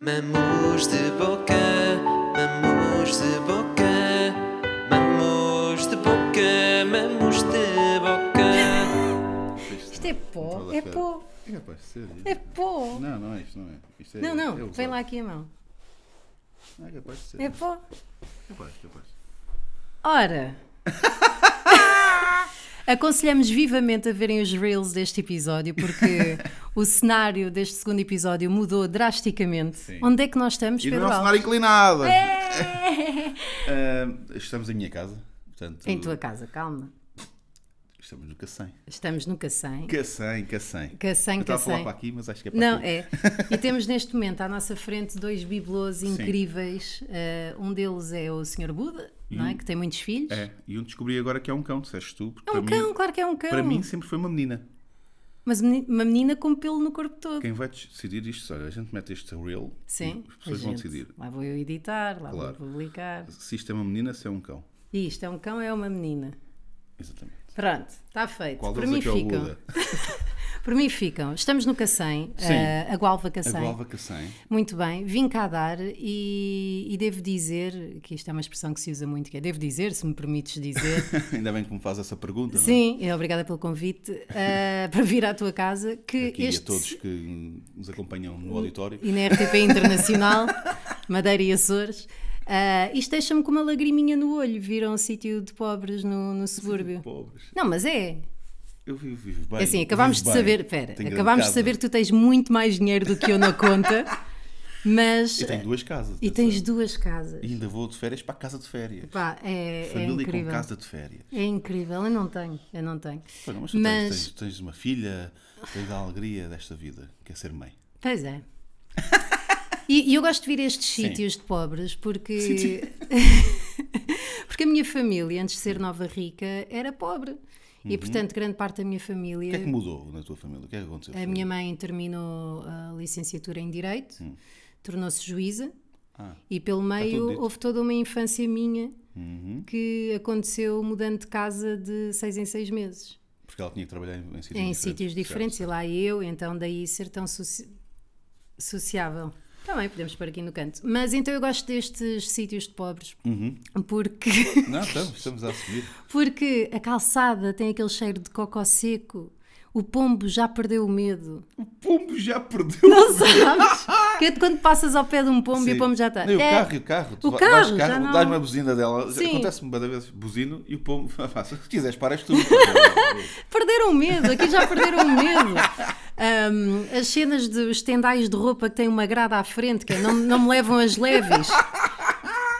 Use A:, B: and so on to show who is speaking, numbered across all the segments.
A: Mamus de boca, mamus de boca, mamus de boca, mamus de boca.
B: Então,
C: Isto é pó,
B: Toda
C: é
B: fera.
C: pó,
B: O que é que vai ser? isso?
C: é pó.
B: Não, não é isto, não é. Isto é
C: Não,
B: é
C: não,
B: usado.
C: vem lá aqui a mão.
B: Não, é capaz de ser.
C: É pó.
B: Capaz, é capaz.
C: Ora! Aconselhamos vivamente a verem os reels deste episódio, porque o cenário deste segundo episódio mudou drasticamente.
B: Sim.
C: Onde é que nós estamos,
B: E no
C: Pedro
B: nosso
C: Alves?
B: cenário inclinado!
C: É.
B: Ah, estamos em minha casa, portanto.
C: Em tua casa, calma.
B: Estamos no Cacém.
C: Estamos no Cacém.
B: Cacém, Cacém.
C: Cacém,
B: Eu estava a falar
C: Cacém.
B: para aqui, mas acho que é para
C: Não,
B: aqui.
C: é. E temos neste momento à nossa frente dois bibelôs incríveis. Eh, um deles é o Sr. Buda, não é? que tem muitos filhos.
B: Hum. É, e eu descobri agora que é um cão, disseste tu. porque
C: É um
B: para
C: cão,
B: mim,
C: claro que é um cão.
B: Para mim sempre foi uma menina.
C: Mas meni- uma menina com pelo no corpo todo.
B: Quem vai decidir isto? Olha, a gente mete este reel
C: Sim,
B: e as pessoas
C: a
B: vão
C: gente.
B: decidir
C: Lá vou eu editar, lá
B: Claro.
C: vou publicar.
B: se isto é uma menina, se é um cão.
C: E isto é um cão, é uma menina.
B: Exatamente.
C: Pronto, está feito.
B: Qual
C: Por
B: deles
C: mim
B: é que é o
C: ficam.
B: Buda?
C: Por mim ficam. Estamos no Cacém,
B: Sim.
C: eh, a Gualva
B: A
C: Cacém.
B: Gualva Cacém.
C: Muito bem, vim cá dar e, e devo dizer, que isto é uma expressão que se usa muito, que é devo dizer, se me permites dizer,
B: Ainda bem que me faz essa pergunta. não é?
C: Sim, e obrigada pelo convite eh, para vir à tua casa. Que
B: aqui
C: este
B: a todos que nos acompanham no auditório.
C: E na RTP Internacional, Madeira e Açores. Eh, isto deixa-me com uma lagriminha no olho. Viram um sítio de pobres no, no subúrbio?
B: Pobres.
C: Não, mas é.
B: Eu vivo, vivo bem.
C: É assim, acabámos de
B: vivo
C: saber.
B: bem.
C: Espera,
B: Tenho grande
C: acabámos de
B: casa.
C: saber que tu tens muito mais dinheiro do que eu na conta, mas.
B: E tenho duas casas.
C: eh, E
B: atenção.
C: tens duas casas.
B: E ainda vou de férias para a casa de férias.
C: Pá, é, é
B: Família com
C: incrível.
B: casa de férias.
C: É incrível, eu não tenho, eu não tenho.
B: Pá, não, mas tu
C: Mas-
B: Tens, tens, tens uma filha, tens a alegria desta vida, que é ser mãe.
C: Pois é. E, e eu gosto de vir a estes sítios de pobres porque. porque a minha família, antes de ser nova rica, era pobre. E portanto, grande parte da
B: Uhum.
C: minha
B: O
C: família.
B: que é que mudou na tua família? O que é que aconteceu?
C: A minha mãe terminou a licenciatura em Direito, tornou-se juíza.
B: Ah,
C: E pelo
B: Hum. tudo
C: meio
B: dito. Uhum.
C: houve toda uma infância minha que aconteceu mudando de casa de seis em seis meses
B: porque ela tinha que trabalhar em, em sítios
C: em
B: diferentes.
C: sítios
B: certo?
C: diferentes e lá eu, então daí ser tão soci... sociável. Também podemos pôr aqui no canto. Mas então eu gosto destes sítios de pobres
B: Uhum.
C: porque,
B: Não, estamos, estamos a assumir.
C: porque a calçada tem aquele cheiro de cocó seco, o pombo já perdeu o medo.
B: O pombo já perdeu.
C: Não sabes? Que é de quando passas ao pé de um pombo e o pombo já está.
B: Não, e o
C: É,
B: carro, e o carro. Tu
C: O
B: vai-
C: carro,
B: vais de
C: já não-
B: Dás-me a buzina dela.
C: Sim.
B: Acontece-me cada vez buzino e o pombo. Se quiseres, paras tu.
C: Perderam o medo, aqui já perderam o medo. Ahm, as cenas dos tendais de roupa que têm uma grada à frente, que é, não, não me levam as leves.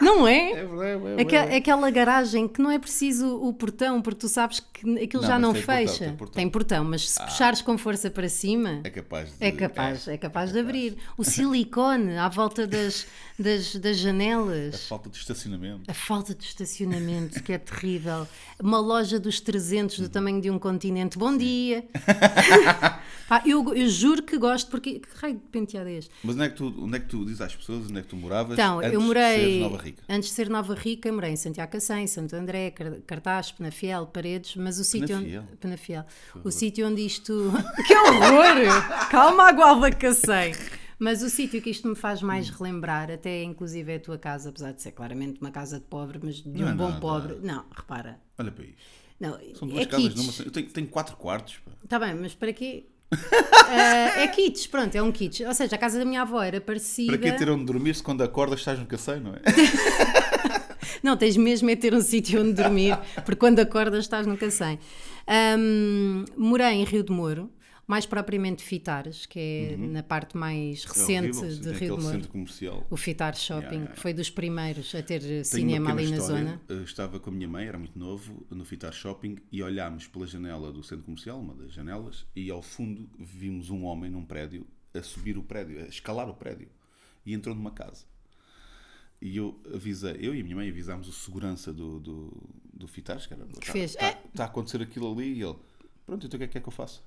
C: Não é?
B: verdade.
C: Aquela, aquela garagem que não é preciso o portão, porque tu sabes que aquilo
B: Não,
C: já
B: mas
C: não
B: tem portão,
C: fecha.
B: tem portão. Ah.
C: mas se puxares com força para cima,
B: É capaz de.
C: é, capaz,
B: É.
C: é capaz de abrir. O silicone à volta das, das, das
B: A
C: janelas.
B: É, falta de estacionamento.
C: A falta de estacionamento, que é terrível. Uma loja dos 300
B: Uhum.
C: do tamanho de um continente. Bom dia! Pá, eu, eu juro que gosto, porque. Que raio de penteado é este?
B: Mas onde é, que tu, onde é que tu dizes às pessoas onde é que tu moravas?
C: Então,
B: antes
C: eu morei.
B: De seres Nova Rica.
C: Antes de ser Nova Rica, morei em Santiago Cacém, Santo André, Car- Cartaz, Penafiel, Paredes, mas o sítio onde.
B: Penafiel?
C: Penafiel. O sítio onde isto. que horror! Calma, a gualva Cacém! Mas o sítio que isto me faz mais
B: Hum.
C: relembrar, até inclusive é a tua casa, apesar de ser claramente uma casa de pobre, mas de
B: Não
C: um
B: é
C: bom
B: nada.
C: pobre. Não, repara.
B: Olha para isto.
C: Não,
B: São duas
C: é
B: casas
C: kits.
B: numa. Eu tenho, tenho quatro quartos. pá.
C: Está bem, mas para quê? Ah, é kits, pronto, é um kits. Ou seja, a casa da minha avó era parecida.
B: Para que ter onde dormir se quando acordas estás no cacém, não é?
C: Não, tens mesmo é ter um sítio onde dormir, porque quando acordas estás no cacém. Hum, morei em Rio de Moro, mais propriamente Fitares, que é na parte mais recente
B: Uhum. é horrível,
C: de
B: tem
C: Rio de
B: aquele
C: Moro.
B: centro comercial.
C: O Fitares Shopping,
B: yeah,
C: que foi dos primeiros a ter eh,
B: Tenho uma
C: cinema ali na
B: pequena história.
C: zona.
B: Eu estava com a minha mãe, era muito novo, no Fitar Shopping e olhámos pela janela do centro comercial, uma das janelas, e ao fundo vimos um homem num prédio a subir o prédio, a escalar o prédio, e entrou numa casa. E eu avisei, eu e a minha mãe avisámos o segurança do, do, do Fitares, que era está
C: fez,
B: tá,
C: "É."
B: tá a acontecer aquilo ali, e ele, pronto, então o que é que é que eu faço?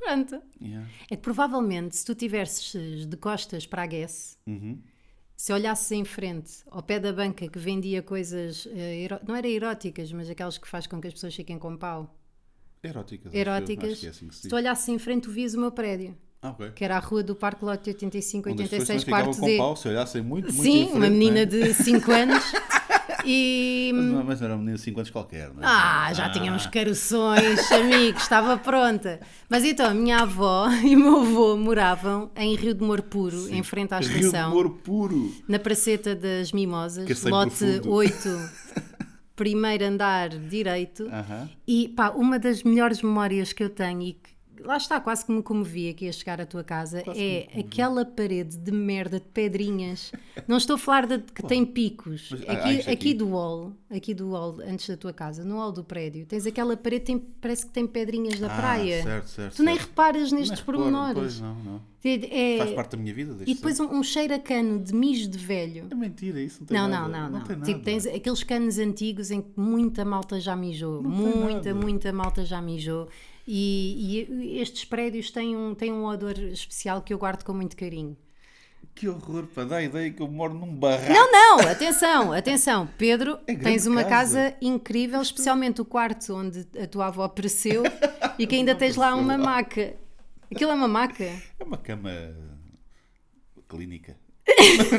C: Pronto.
B: Yeah.
C: É que provavelmente se tu tivesses eh, de costas para a Guess,
B: Uhum.
C: se olhasses em frente ao pé da banca que vendia coisas, eh, eró- não era eróticas, mas aquelas que faz com que as pessoas fiquem com pau.
B: Eróticas. acho eu,
C: eróticas,
B: Acho que é assim que se
C: se
B: diz.
C: tu olhasses em frente, tu vias o meu prédio.
B: Ah, ok.
C: que era a rua do Parque Lote 85,
B: Onde as pessoas
C: 86,
B: também ficavam
C: parte
B: com
C: D.
B: pau se olhassem muito, muito em
C: Sim,
B: frente,
C: uma menina
B: né?
C: de 5 anos. E.
B: Mas não- Mas não era uma menina de 5 anos qualquer, não é?
C: Ah, já tínhamos caroções, amigos, estava pronta. Mas então, a minha avó e o meu avô moravam em Rio de Moro Puro, em frente à
B: Rio de
C: estação,
B: Moro puro.
C: na Praceta das Mimosas,
B: Que é sem
C: lote
B: profundo.
C: 8, primeiro andar direito.
B: Aham.
C: E pá, uma das melhores memórias que eu tenho e que lá está, quase que me comovia que ia chegar à tua casa é aquela parede de merda de pedrinhas. Não estou a falar de que tem picos.
B: Mas,
C: Aqui,
B: ah, ah, isto
C: aqui.
B: aqui.
C: do hall, aqui do hall, antes da tua casa, no hall do prédio, tens aquela parede, tem, parece que tem pedrinhas da
B: Ah,
C: praia.
B: certo, certo,
C: tu nem
B: certo.
C: reparas
B: Não
C: nestes
B: exploro, Pois
C: pormenores.
B: não, não.
C: É- é-
B: Faz parte da minha vida, desde
C: e depois
B: sempre.
C: um, um cheiro a cano de mijo de velho.
B: É mentira, isso não tem
C: Não,
B: nada.
C: não, não, não.
B: tem
C: tipo,
B: nada.
C: tens aqueles canos antigos em que muita malta já mijou.
B: Não tem
C: muita,
B: nada.
C: muita malta já mijou. E, e estes prédios têm um, têm um odor especial que eu guardo com muito carinho.
B: Que horror, pá, dá a ideia que eu moro num barraco.
C: Não, não, atenção, atenção. Pedro,
B: É grande
C: tens uma
B: casa.
C: casa, incrível, especialmente o quarto onde a tua avó apareceu e que ainda tens lá
B: apareceu
C: uma
B: lá.
C: maca. Aquilo é uma maca.
B: É uma cama clínica.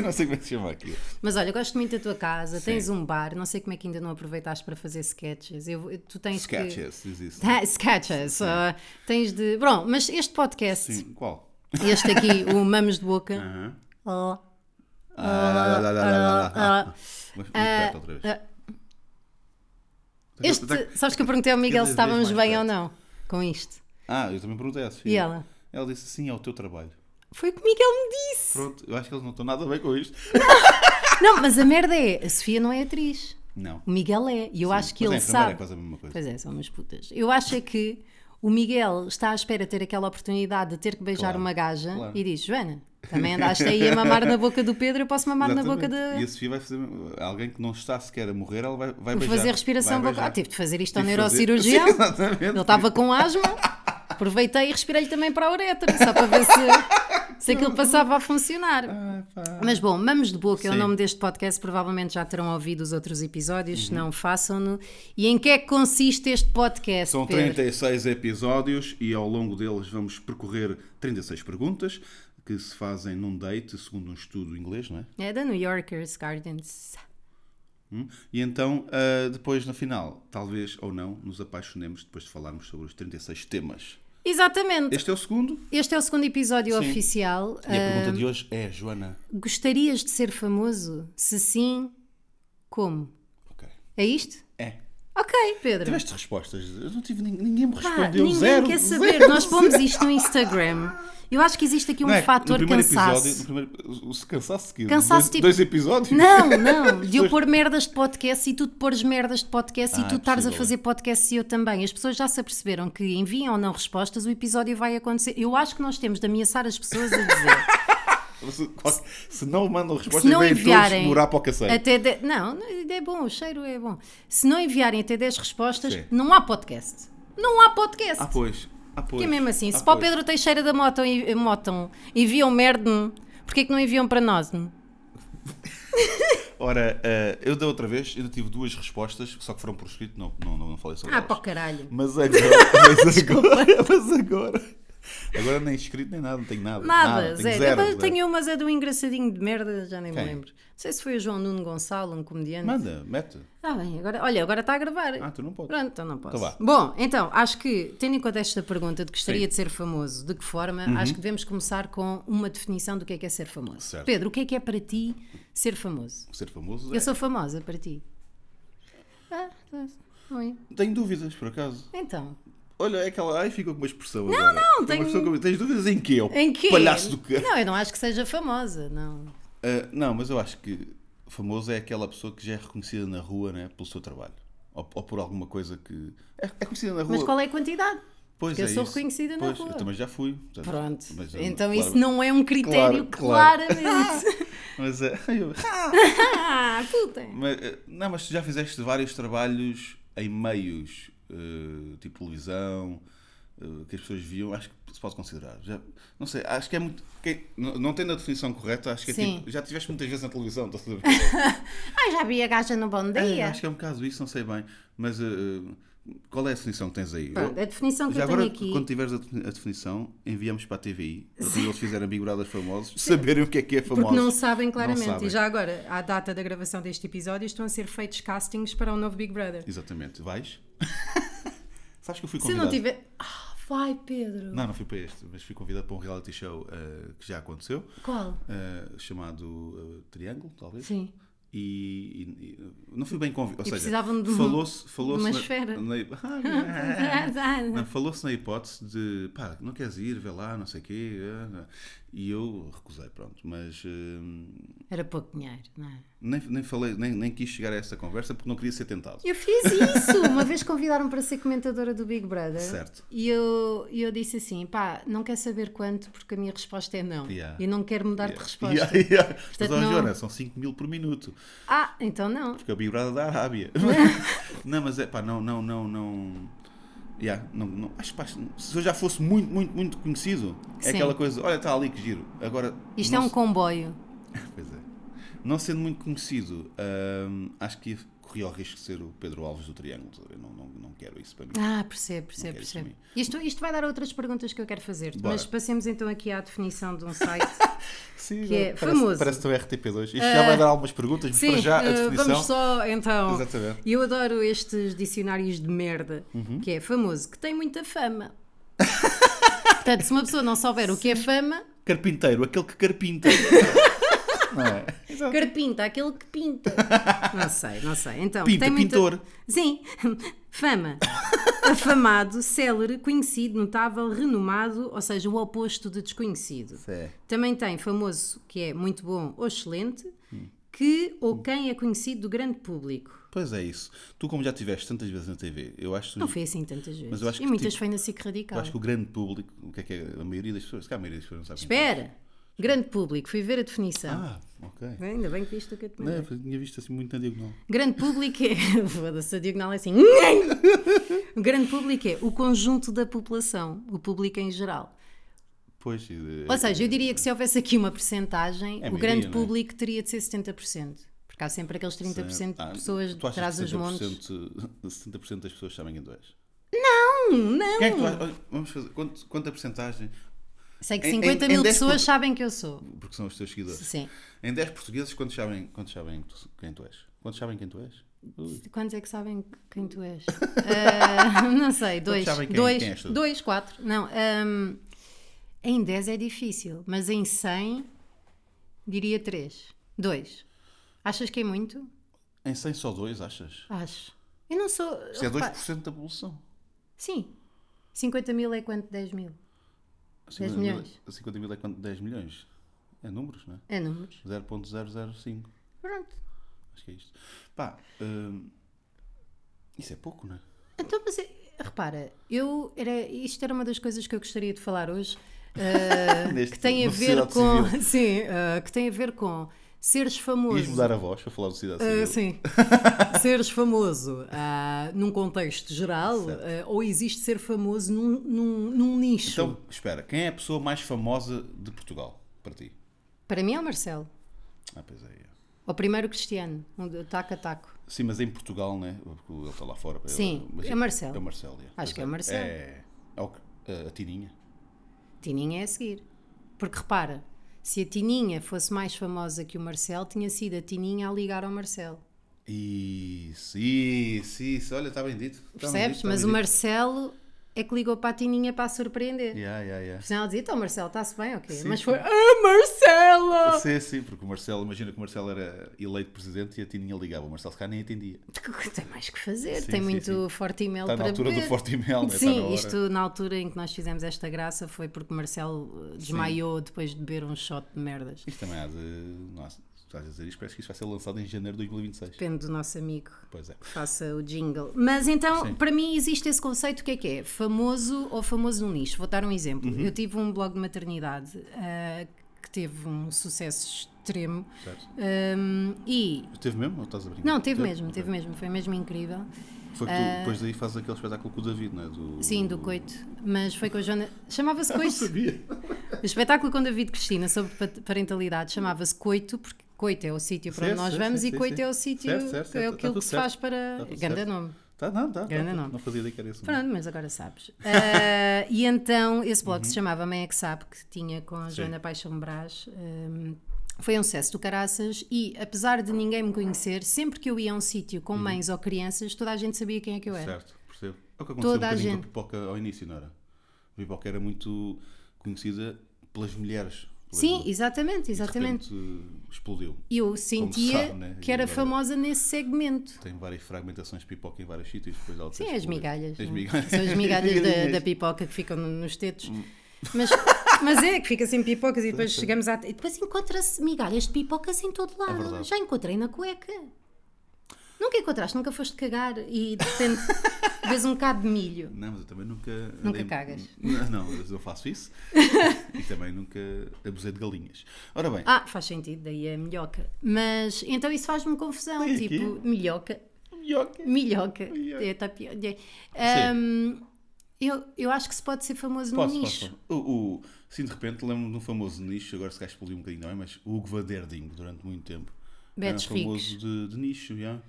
B: não sei como é que se chama aquilo.
C: Mas olha, eu gosto muito da tua casa, tens um bar, não sei como é que ainda não aproveitaste para fazer sketches. Eu, tu tens que...
B: Sketches, diz isso.
C: Ah, Sketches. ah, tens de. Bom, mas este podcast,
B: Sim, qual?
C: este aqui, o Mamos de Boca.
B: Aham.
C: ó,
B: Ah, lá, lá, lá, lá, lá, lá, lá.
C: ah,
B: Mas muito
C: ah,
B: perto outra vez. Tá,
C: ah. este, sabes que eu perguntei ao Miguel
B: Então, Cada
C: se
B: vez
C: estávamos
B: mais
C: bem
B: perto.
C: ou não com isto.
B: Ah, eu também perguntei à Sofia.
C: E ela?
B: Ela disse sim, é o teu trabalho.
C: Foi o que o Miguel me disse.
B: Pronto, eu acho que eles não estão nada bem com isto.
C: Não, mas a merda é: a Sofia não é atriz.
B: Não.
C: O Miguel é. E eu acho que
B: Mas
C: ele
B: é, enfermeira
C: sabe.
B: É quase a mesma coisa.
C: Pois é, são umas putas. Eu acho é que o Miguel está à espera de ter aquela oportunidade de ter que beijar
B: Claro,
C: uma gaja
B: claro.
C: e diz: Joana, também andaste aí a mamar na boca do Pedro, eu posso mamar na boca
B: Exatamente.
C: de.
B: E a Sofia vai fazer. Alguém que não está sequer a morrer, ela vai, vai beijar.
C: fazer respiração
B: vai
C: vocal. Ah,
B: beijar.
C: tive de fazer isto ao
B: Tive de fazer-
C: neurocirurgião.
B: Sim, exatamente.
C: Ele estava com asma, aproveitei e respirei-lhe também para a uretra, só para ver se, se aquilo passava a funcionar.
B: Ah, pá.
C: Mas bom, Mamos de Boca é o
B: Sim.
C: nome deste podcast, provavelmente já terão ouvido os outros episódios,
B: Uhum.
C: se não façam-no. E em que é que consiste este podcast?
B: São
C: Pedro?
B: 36 episódios e ao longo deles vamos percorrer 36 perguntas que se fazem num date, segundo um estudo inglês, não é?
C: É da New Yorker's Gardens.
B: Hum? E então, ah, depois no final, talvez ou não, nos apaixonemos depois de falarmos sobre os 36 temas.
C: Exatamente.
B: Este é o segundo.
C: Este é o segundo episódio
B: Sim.
C: oficial.
B: E a
C: Ah,
B: pergunta de hoje é, Joana.
C: gostarias de ser famoso? Se sim, como?
B: Ok.
C: É isto?
B: É.
C: Ok, Pedro.
B: Tiveste respostas? Eu não tive, nin- ninguém me
C: Pá,
B: respondeu.
C: ninguém
B: zero,
C: quer
B: zero,
C: saber. Nós pomos isto no Instagram. Eu acho que existe aqui um
B: Não é?
C: fator
B: no primeiro
C: cansaço.
B: Episódio, no primeiro, se cansaço seguido.
C: Cansaço,
B: dois,
C: tipo-
B: dois episódios?
C: Não, não, de eu pôr merdas de podcast e tu de pôres merdas de podcast
B: Ah,
C: e tu
B: é
C: estares a
B: possível,
C: fazer podcast e eu também. As pessoas já se aperceberam que enviam ou não respostas, o episódio vai acontecer. Eu acho que nós temos de ameaçar as pessoas a dizer.
B: Se, qual- se não mandam
C: se
B: respostas,
C: não
B: vêm todos
C: enviarem
B: morar para o caceiro.
C: até de- não, não, é bom, o cheiro é bom. Se não enviarem até 10 respostas,
B: Sim.
C: não há podcast. Não há podcast.
B: Ah, pois. Ah, pois.
C: que é mesmo assim. Se
B: Ah,
C: para o
B: pois.
C: Pedro Teixeira da Moton e- Moton enviam merda, porquê que não enviam para nós? Ah,
B: Ora, eh, eu da outra vez ainda tive duas respostas, só que foram por escrito, não, não, não, não falei sobre
C: Ah,
B: elas.
C: para o caralho.
B: Mas agora, mas agora, mas agora. Agora nem escrito nem nada, não tenho nada.
C: Nada,
B: tenho
C: zero.
B: zero,
C: Eu
B: zero.
C: tenho umas é do engraçadinho de merda, já nem
B: Quem?
C: me lembro. Não sei se foi o João Nuno Gonçalo, um comediante.
B: Manda, mete.
C: Ah, bem, agora, olha, agora está a gravar.
B: Ah, tu não podes.
C: Pronto, então não posso.
B: Então vá.
C: Bom, então, acho que, tendo em conta esta pergunta de gostaria
B: Sim. Uhum.
C: de ser famoso, de que forma, acho que devemos começar com uma definição do que é que é ser famoso.
B: Certo.
C: Pedro, o que é que é para ti ser famoso?
B: Ser famoso. é-
C: Eu sou famosa para ti. Ah, tá. Oi.
B: Tenho dúvidas, por acaso.
C: Então,
B: Olha, é aquela. Ai, ficou com uma expressão não, agora. Não,
C: tenho-
B: Tens dúvidas em quê? ó
C: em que?
B: Palhaço do quê?
C: Não, eu não acho que seja famosa, não.
B: Ah, não, mas eu acho que famoso é aquela pessoa que já é reconhecida na rua né, pelo seu trabalho. Ou, ou por alguma coisa que. É, é conhecida na rua.
C: Mas qual é a quantidade?
B: Pois
C: porque eu
B: é
C: sou
B: isso.
C: reconhecida na
B: Pois,
C: rua.
B: Eu também já fui. portanto,
C: Pronto.
B: mas eu-
C: então
B: claro,
C: isso não é um critério
B: claro,
C: claramente.
B: Mas, é, eu-
C: ah, puta.
B: mas, eh, não, mas tu já fizeste vários trabalhos em meios, eh, tipo televisão, eh, que as pessoas viam, acho que se pode considerar. Já, não sei, acho que é muito. que- não, não tendo a definição correta, acho que é
C: Sim.
B: tipo, já tiveste muitas vezes na televisão, estás a ver?
C: Ah, já vi a gaja no Bom
B: É,
C: Dia.
B: acho que é um bocado isso, não sei bem. Mas eh, Qual é a definição que tens aí?
C: Pronto, a definição que
B: Já
C: eu tenho
B: agora,
C: aqui.
B: quando tiveres a defini- a definição, enviamos para a TVI, para quando eles fizerem Big Brother famosos, saberem o que é que é famoso.
C: Porque não sabem claramente.
B: sabem.
C: E já agora, à data da gravação deste episódio, estão a ser feitos castings para o novo Big Brother.
B: Exatamente. Vais? Sabes que eu fui
C: Se eu
B: convidado.
C: não tiver. Ah, vai, Pedro!
B: Não, não fui para este, mas fui convidado para um reality show eh, que já aconteceu,
C: Qual?
B: eh, chamado eh, Triângulo, talvez.
C: Sim.
B: E, e- e não fui bem convidado. Ou
C: E
B: seja,
C: precisavam de um-
B: falou-se, falou-se
C: uma
B: na-
C: esfera.
B: na- Não, Falou-se na hipótese de pá, não queres ir, vê lá, não sei o quê. eh, eh. E eu recusei, pronto. Mas eh,
C: Era pouco dinheiro, não é?
B: nem, nem falei, nem, nem quis chegar a essa conversa porque não queria ser tentado.
C: Eu fiz isso! Uma vez convidaram para ser comentadora do Big Brother.
B: Certo.
C: E eu, e eu disse assim: pá, não quer saber quanto, porque a minha resposta é não.
B: Yeah.
C: E não quero mudar de resposta.
B: Yeah, yeah. Mas,
C: Portanto,
B: ó,
C: não-
B: Joana, são 5 mil por minuto.
C: Ah, então não.
B: Porque a Big Brother da Arábia. não, mas é pá, não, não, não, não. Yeah, não, não. Acho, pá, se eu já fosse muito, muito, muito conhecido, é
C: Sim.
B: aquela coisa, olha, está ali que giro. Agora.
C: Isto
B: não
C: é um
B: se-
C: comboio.
B: Pois é. Não sendo muito conhecido, hum, acho que corria o risco de ser o Pedro Alves do Triângulo. sabe? Não, não, não quero isso para mim.
C: Ah, percebo, percebo,
B: quero isso
C: percebo. Isto, isto vai dar outras perguntas que eu quero fazer,
B: Bora.
C: mas passemos então aqui à definição de um site.
B: Sim,
C: Que é parece- famoso.
B: Parece
C: parece
B: que RTP2. Isto já vai dar algumas perguntas, mas
C: Sim,
B: para já a
C: eh,
B: definição.
C: vamos só então.
B: Exatamente.
C: Eu adoro estes dicionários de merda,
B: Uhum.
C: que é famoso, que tem muita fama. Portanto, se uma pessoa não souber o que é fama,
B: Carpinteiro, aquele que carpinta. não é?
C: carpinta, aquele que pinta. Não sei, não sei. Então,
B: Pinta,
C: tem muita...
B: pintor.
C: Sim, fama. Afamado, célere, conhecido, notável, renomado, ou seja, o oposto de desconhecido.
B: É.
C: Também tem famoso, que é muito bom ou excelente,
B: Hum.
C: que ou quem é conhecido do grande público.
B: Pois é isso. Tu, como já tiveste tantas vezes na TV, eu acho,
C: Não foi assim tantas vezes.
B: Mas eu acho
C: e
B: que,
C: muitas
B: tipo,
C: foi na SIC Radical.
B: eu acho que o grande público, o que é que é a maioria das pessoas? Se calhar a maioria das pessoas não sabe. quem
C: Espera! Grande público, fui ver a definição.
B: Ah, ok.
C: Ainda bem que viste o que eu te
B: Não,
C: mandei.
B: eu tinha visto assim muito na diagonal.
C: Grande público é. Foda-se, a diagonal é assim. o grande público é o conjunto da população, o público em geral.
B: Pois. eh, e-
C: Ou seja, eu diria que se houvesse aqui uma percentagem,
B: É
C: o
B: maioria,
C: grande
B: não é?
C: público teria de ser 70%. Porque há sempre aqueles 30%
B: Ah,
C: de pessoas
B: tu
C: de
B: achas
C: trás
B: que
C: dos montes.
B: 70%, 70% das pessoas sabem quem tu és.
C: Hum, Não!
B: Quem é que tu achas? Olha, Vamos fazer. Quanto, quanta porcentagem?
C: Sei que
B: Em-
C: 50
B: em- em
C: mil
B: 10
C: pessoas
B: por-
C: sabem que eu sou.
B: Porque são os teus seguidores.
C: Sim.
B: Em 10 portugueses, quantos sabem, quantos sabem que tu- quem tu és? Quantos sabem quem tu és? Ui.
C: Quantos é que sabem quem tu és? Ah, não sei, dois.
B: sabem quem-
C: dois,
B: quem és tu?
C: dois, quatro. Não, ahm, em 10 é difícil, mas em 100 diria três. Dois. Achas que é muito?
B: Em 100 só dois, achas?
C: Acho. Eu não sou.
B: Isso é
C: repara-
B: 2% da população.
C: Sim. 50 mil é quanto? 10 mil? 10 milhões.
B: Mil, 50 mil é quanto? 10 milhões. É números, não é?
C: É números.
B: 0.005.
C: Pronto.
B: Acho que é isto. Pá, hum, isso é pouco, não é?
C: Então, mas é- repara, eu era, isto era uma das coisas que eu gostaria de falar hoje, ah,
B: Neste-
C: que tem a
B: no
C: ver
B: Sociedade
C: com. Sim, ah, que tem a ver com seres famoso.
B: Ias mudar a voz para falar do Cidade
C: Ah,
B: Civil.
C: sim. Seres famoso ah, num contexto geral ah, ou existe ser famoso num, num- num nicho?
B: Então, espera, quem é a pessoa mais famosa de Portugal, para ti?
C: Para mim é o Marcelo.
B: Ah, pois é. é.
C: O primeiro Cristiano, um do taco a taco.
B: Sim, mas em Portugal, né? Porque ele está lá fora. ele-
C: Sim,
B: mas-
C: é Marcelo.
B: É o Marcelo, é. Pois
C: que é o Marcelo.
B: É, é o que- a- a Tininha.
C: Tininha é a seguir. Porque repara, se a Tininha fosse mais famosa que o Marcelo, tinha sido a Tininha a ligar ao Marcelo.
B: Isso, isso, isso. Olha, está bem dito. está bem
C: Percebes?
B: dito, está
C: Mas o
B: bem dito.
C: Marcelo é que ligou para a Tininha para a surpreender.
B: Yeah, yeah, yeah.
C: Senão ela dizia, então Marcelo, está-se bem, ok.
B: Sim,
C: Mas
B: sim.
C: foi, ah, Marcelo!
B: Sim, sim, porque o Marcelo, imagina que o Marcelo era eleito presidente e a Tininha ligava. O Marcelo, se calhar, nem atendia.
C: Tem mais que fazer,
B: Sim,
C: tem
B: sim,
C: muito
B: sim.
C: forte e-mail
B: Está na
C: para
B: altura do
C: beber.
B: Forte Mel, né? está na
C: Sim,
B: hora.
C: isto na altura em que nós fizemos esta graça foi porque o Marcelo eh, desmaiou depois de beber um shot de merdas.
B: Isto também há de. Nossa, tu estás a dizer isto, parece que isto vai ser lançado em janeiro de 2026.
C: Depende do nosso amigo.
B: Pois é.
C: que Faça o jingle. Mas então,
B: Sim.
C: para mim, existe esse conceito: o que é que é? Famoso ou famoso no nicho? Vou dar um exemplo.
B: Uhum.
C: Eu tive um blog de maternidade ah, que teve um sucesso extremo
B: Certo.
C: Ahm, e.
B: Teve mesmo ou estás a brincar?
C: Não, teve mesmo,
B: Ok.
C: teve mesmo, foi mesmo incrível.
B: Foi que tu, depois daí fazes aquele espetáculo com o David, não é? Do...
C: Sim, do coito, mas foi com a Joana. Chamava-se
B: Não
C: coito.
B: sabia.
C: O espetáculo com David Cristina sobre pat- parentalidade chamava-se coito, porque coito é o sítio para
B: Sim,
C: onde nós
B: sim,
C: vamos
B: sim,
C: e
B: sim,
C: coito
B: sim.
C: é o sítio,
B: Certo, certo,
C: é
B: certo, tá
C: aquilo
B: tudo
C: que se
B: certo.
C: faz para.
B: Tá tudo
C: Ganda
B: certo.
C: nome.
B: Tá, não, tá, tá,
C: Grande
B: tá.
C: nome.
B: Não fazia ideia que era esse nome.
C: Pronto, mas agora sabes. Ah, e então esse
B: Uhum.
C: blog se chamava Mãe é que sabe, que tinha com a Joana Paixão Brás. hum, foi um sucesso do caraças e, apesar de ninguém me conhecer, sempre que eu ia a um sítio com mães ou crianças, toda a gente sabia quem é que eu era.
B: Uhum. Certo, percebo. É o que aconteceu
C: Toda a
B: um bocadinho com
C: gente.
B: a pipoca ao início, não era? A pipoca era muito conhecida pelas mulheres. pelas
C: Sim,
B: mulheres.
C: exatamente,
B: E de
C: exatamente.
B: repente, eh, explodiu.
C: Eu sentia
B: sabe, né?
C: que era
B: Agora-
C: famosa nesse segmento.
B: Tem várias fragmentações de pipoca em vários sítios. Depois ela
C: Sim, as migalhas.
B: As
C: não é?
B: migalhas. Hum.
C: São as migalhas da, da pipoca que ficam no- nos tetos. Mas, mas é, que fica sem pipocas e depois chegamos à. E depois encontra-se migalhas de pipocas em todo lado.
B: É verdade.
C: Já encontrei na cueca. Nunca encontraste, nunca foste cagar e de repente vês um bocado de milho.
B: Não, mas eu também nunca.
C: Nunca cagas.
B: Não, não, eu faço isso. e também nunca abusei de galinhas. Ora bem,
C: Ah, faz sentido, daí é milhoca. Mas então isso faz-me confusão.
B: Tem aqui.
C: tipo, milhoca.
B: minhoca.
C: Milhoca.
B: Milhoca.
C: É tapioca. É. Ahm, eu, eu acho que se pode ser famoso
B: Posso,
C: no nicho.
B: posso. O, o, sim, de repente lembro-me de um famoso nicho, agora se calhar explodiu um bocadinho, não é? Mas o Hugo Van der Ding, durante muito tempo.
C: Betos
B: era famoso
C: ricos.
B: de, de nicho, já.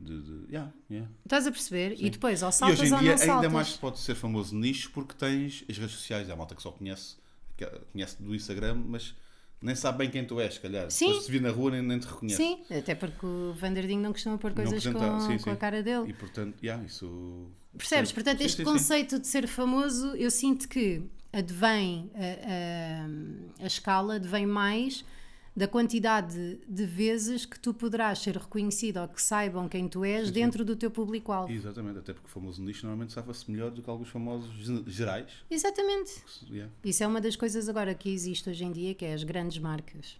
B: De, de, já, já.
C: Estás a perceber? E depois, ou
B: E
C: saltas
B: hoje em
C: ou
B: dia é
C: não saltas.
B: ainda mais pode ser famoso de nicho porque tens as redes sociais, há malta que só conhece, que conhece do Instagram, mas nem sabe bem quem tu és, se calhar.
C: Sim.
B: Depois se vir na rua nem, nem te reconhece.
C: Sim, até porque o Vanderdinho não costuma pôr coisas com,
B: apresentava- sim,
C: com
B: sim.
C: a cara dele.
B: E portanto, já, isso.
C: Percebes? Portanto,
B: Sim,
C: este
B: sim, sim.
C: conceito de ser famoso, eu sinto que advém a, a- a escala, advém mais da quantidade de vezes que tu poderás ser reconhecido ou que saibam quem tu és dentro do teu público-alvo.
B: Exatamente, até porque o famoso nicho normalmente safa-se melhor do que alguns famosos gen- gerais.
C: Exatamente.
B: que se- já.
C: Isso é uma das coisas agora que existe hoje em dia, que é as grandes marcas.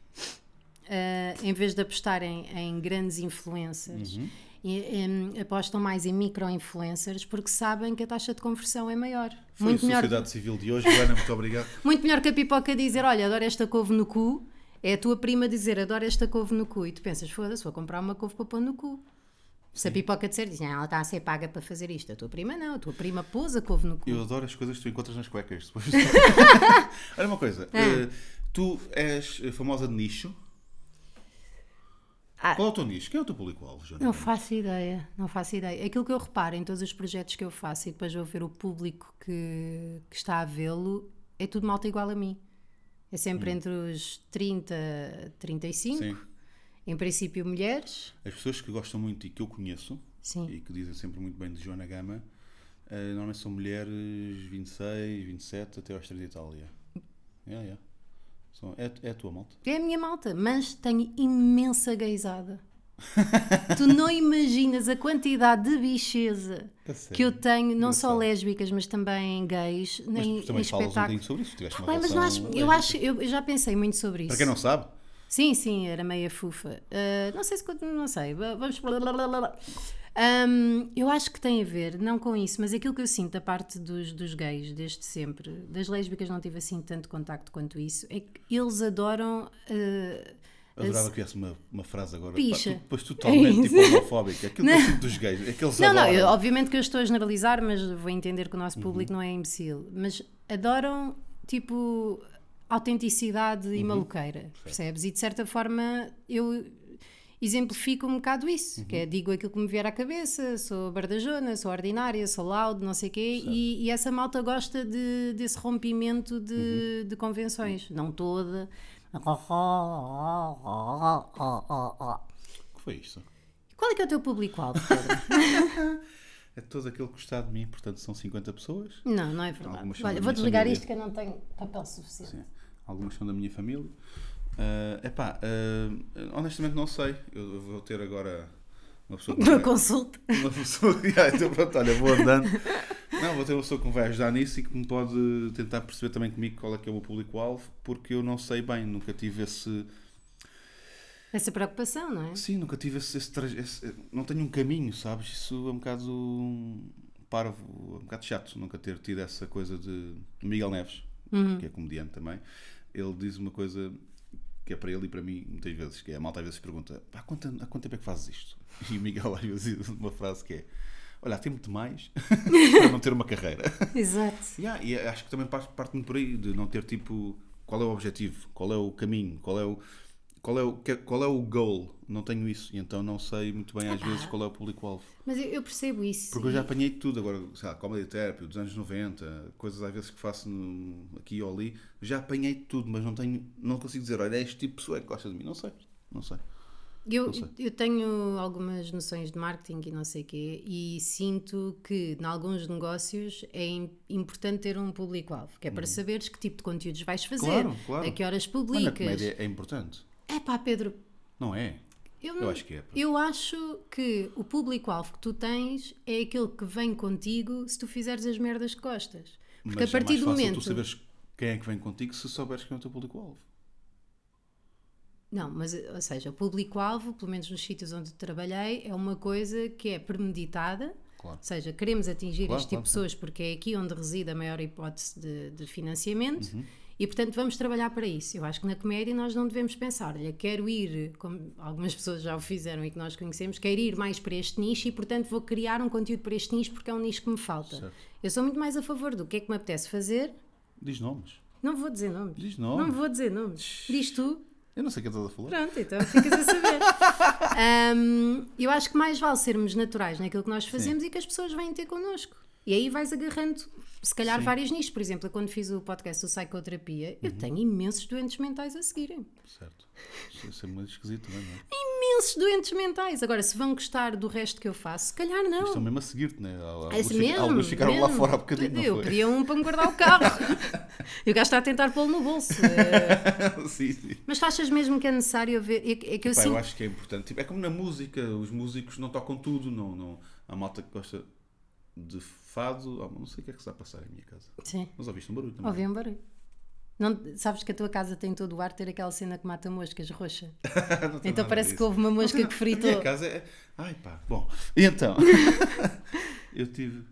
C: Ah, em vez de apostarem em grandes influencers, e, em- apostam mais em micro-influencers porque sabem que a taxa de conversão é maior.
B: Foi
C: muito,
B: a
C: melhor,
B: sociedade civil de hoje, Joana, muito obrigado.
C: muito melhor que a pipoca dizer: Olha, adoro esta couve no cu. É a tua prima dizer: Adoro esta couve no cu. E tu pensas: Foda-se, vou comprar uma couve para pôr no cu. Se a pipoca disser, dizem, ela está a ser paga para fazer isto. A tua prima não, a tua prima pôs a couve no cu.
B: Eu adoro as coisas que tu encontras nas cuecas. Depois... Olha uma coisa,
C: É.
B: eh, tu és eh, famosa de nicho.
C: Ah. um
B: Qual é o teu nicho? Quem é o teu público-alvo, Joana?
C: Não faço ideia, não faço ideia. Aquilo que eu reparo em todos os projetos que eu faço e depois vou ver o público que, que está a vê-lo, é tudo malta igual a mim. É sempre entre os 30 e 35,
B: Hum. Sim.
C: em princípio mulheres.
B: As pessoas que gostam muito e que eu conheço
C: Sim.
B: e que dizem sempre muito bem de Joana Gama, eh, normalmente são mulheres 26, 27 até aos 30 e tal. Yeah. Yeah, yeah. São- é, é a tua malta.
C: É a minha malta, mas tenho imensa gaysada. tu não imaginas a quantidade de bicheza
B: A sério?
C: que eu tenho, não só
B: Engraçado.
C: lésbicas, mas também gays,
B: Mas
C: nem
B: tu também falas um
C: espetáculo.
B: bocadinho sobre isso. Tiveste uma
C: Bem, mas
B: relação
C: não acho- eu,
B: lésbica.
C: acho, eu já pensei muito sobre isso.
B: Para quem não sabe,
C: Sim, sim, era meia fufa. Ah, não sei se continu- não sei. va- Vamos. blá, blá, blá, blá, blá. Ahm, eu acho que tem a ver, não com isso, mas aquilo que eu sinto da parte dos, dos gays desde sempre, das lésbicas não tive assim tanto contacto quanto isso, é que eles adoram. ah,
B: adorava que viesse uma, uma frase agora. pá,
C: Picha.
B: tu- Pois totalmente
C: É isso.
B: tipo, homofóbica. Aquilo que eu sinto dos gays. Aqueles
C: Não, não,
B: adoram.
C: eu- obviamente que eu estou a generalizar, mas vou entender que o nosso público não é imbecil. Mas adoram, tipo, autenticidade e maluqueira, percebes? E de certa forma eu exemplifico um bocado isso, que é digo aquilo que me vier à cabeça, sou bardajona, sou ordinária, sou loud, não sei o quê, e, e essa malta gosta de- desse rompimento de, de convenções, não toda.
B: O que foi isto?
C: Qual é que é o teu público-alvo? Pedro?
B: É todo aquele que gostar de mim, portanto são 50 pessoas.
C: Não, não é verdade.
B: Algumas
C: Olha,
B: são da minha
C: vou desligar
B: família.
C: isto que eu não tenho papel suficiente.
B: Sim. Algumas são da minha família. Ah, epá, ah, honestamente não sei. Eu vou ter agora uma pessoa que me
C: Uma
B: vai-
C: consulta.
B: uma pessoa. Ah, então pronto, olha, vou andando. Não, vou ter uma pessoa que me vai ajudar nisso e que me pode tentar perceber também comigo qual é que é o meu público-alvo, porque eu não sei bem, nunca tive esse.
C: Essa preocupação, não é?
B: Sim, nunca tive esse, esse, traje- esse- Não tenho um caminho, sabes? Isso é um bocado parvo, é um bocado chato nunca ter tido essa coisa de. Miguel Neves,
C: Uhum.
B: que é comediante também, ele diz uma coisa que é para ele e para mim muitas vezes, que é a malta às vezes pergunta "Pá, há quanto, há quanto tempo é que fazes isto? E o Miguel às vezes diz uma frase que é olha, há tempo demais para não ter uma carreira.
C: Exato.
B: Yeah, e acho que também parte, parte muito por aí, de não ter tipo qual é o objetivo, qual é o caminho, qual é o. Qual é, o, que- qual é o goal? Não tenho isso, e então não sei muito bem às vezes qual é o público-alvo.
C: Mas eu, eu percebo isso.
B: Porque eu já apanhei tudo agora, sei lá, comedy therapy dos anos 90, coisas às vezes que faço no- aqui ou ali, já apanhei tudo, mas não tenho, não consigo dizer, olha, é este tipo de pessoa que gosta de mim, não sei, não sei.
C: Eu,
B: Não sei.
C: eu tenho algumas noções de marketing e não sei o quê, e sinto que, em alguns negócios, é im- importante ter um público-alvo, que é para saberes que tipo de conteúdos vais fazer,
B: Uhum. Claro, claro.
C: a que
B: Mas
C: horas
B: na
C: publicas.
B: comédia é importante,
C: É pá, Pedro,
B: não é?
C: eu,
B: Eu
C: não-
B: acho que é, pá.
C: Eu acho que o público-alvo que tu tens é aquele que vem contigo se tu fizeres as merdas que gostas. Porque
B: mas
C: a partir
B: é mais
C: do
B: fácil
C: momento.
B: tu saberes quem é que vem contigo se souberes quem é o teu público-alvo.
C: Não, mas, ou seja, o público-alvo, pelo menos nos sítios onde trabalhei, é uma coisa que é premeditada.
B: Claro.
C: Ou seja, queremos atingir
B: Claro,
C: este tipo
B: claro,
C: de pessoas porque é aqui onde reside a maior hipótese de, de financiamento
B: Uhum.
C: e, portanto, vamos trabalhar para isso. Eu acho que na comédia nós não devemos pensar, olha, quero ir, como algumas pessoas já o fizeram e que nós conhecemos, quero ir mais para este nicho e, portanto, vou criar um conteúdo para este nicho porque é um nicho que me falta.
B: Certo.
C: Eu sou muito mais a favor do que é que me apetece fazer.
B: Diz nomes.
C: Não vou dizer nomes.
B: Diz
C: Não
B: nomes.
C: vou dizer nomes. Diz tu.
B: Eu não sei o que estás a falar.
C: Pronto, então ficas a saber. Ahm, eu acho que mais vale sermos naturais naquilo que nós fazemos e que as pessoas vêm ter connosco. E aí vais agarrando, se calhar, vários nichos. Por exemplo, eu quando fiz o podcast do Psicoterapia, eu
B: Uhum.
C: tenho imensos doentes mentais a seguirem.
B: Certo. Isso- Isso é muito esquisito também, não é?
C: Imensos doentes mentais. Agora, se vão gostar do resto que eu faço, se calhar não.
B: Estão mesmo a seguir-te, não é? Alguns,
C: É assim
B: fica-
C: mesmo,
B: alguns ficaram lá
C: mesmo.
B: fora há bocadinho, não
C: Eu
B: foi?
C: pedia um para me guardar o carro. e o gajo está a tentar pô-lo no bolso. Eh,
B: sim, sim.
C: Mas tu achas mesmo que é necessário haver. É que é que eu
B: Pá,
C: sinto
B: eu acho que é importante. Tipo, é como na música, os músicos não tocam tudo. Não, não, há malta que gosta de fado. Ah, não sei o que é que está a passar em minha casa.
C: Sim.
B: Mas ouviste um barulho também.
C: Ouvi um barulho. Não, sabes que a tua casa tem todo o ar de ter aquela cena que mata moscas roxa.
B: Não tem
C: Então
B: nada
C: parece
B: disso.
C: que houve uma
B: Não
C: mosca
B: tem nada-
C: que
B: A
C: fritou.
B: minha casa é... Ai pá, bom. E então? eu tive...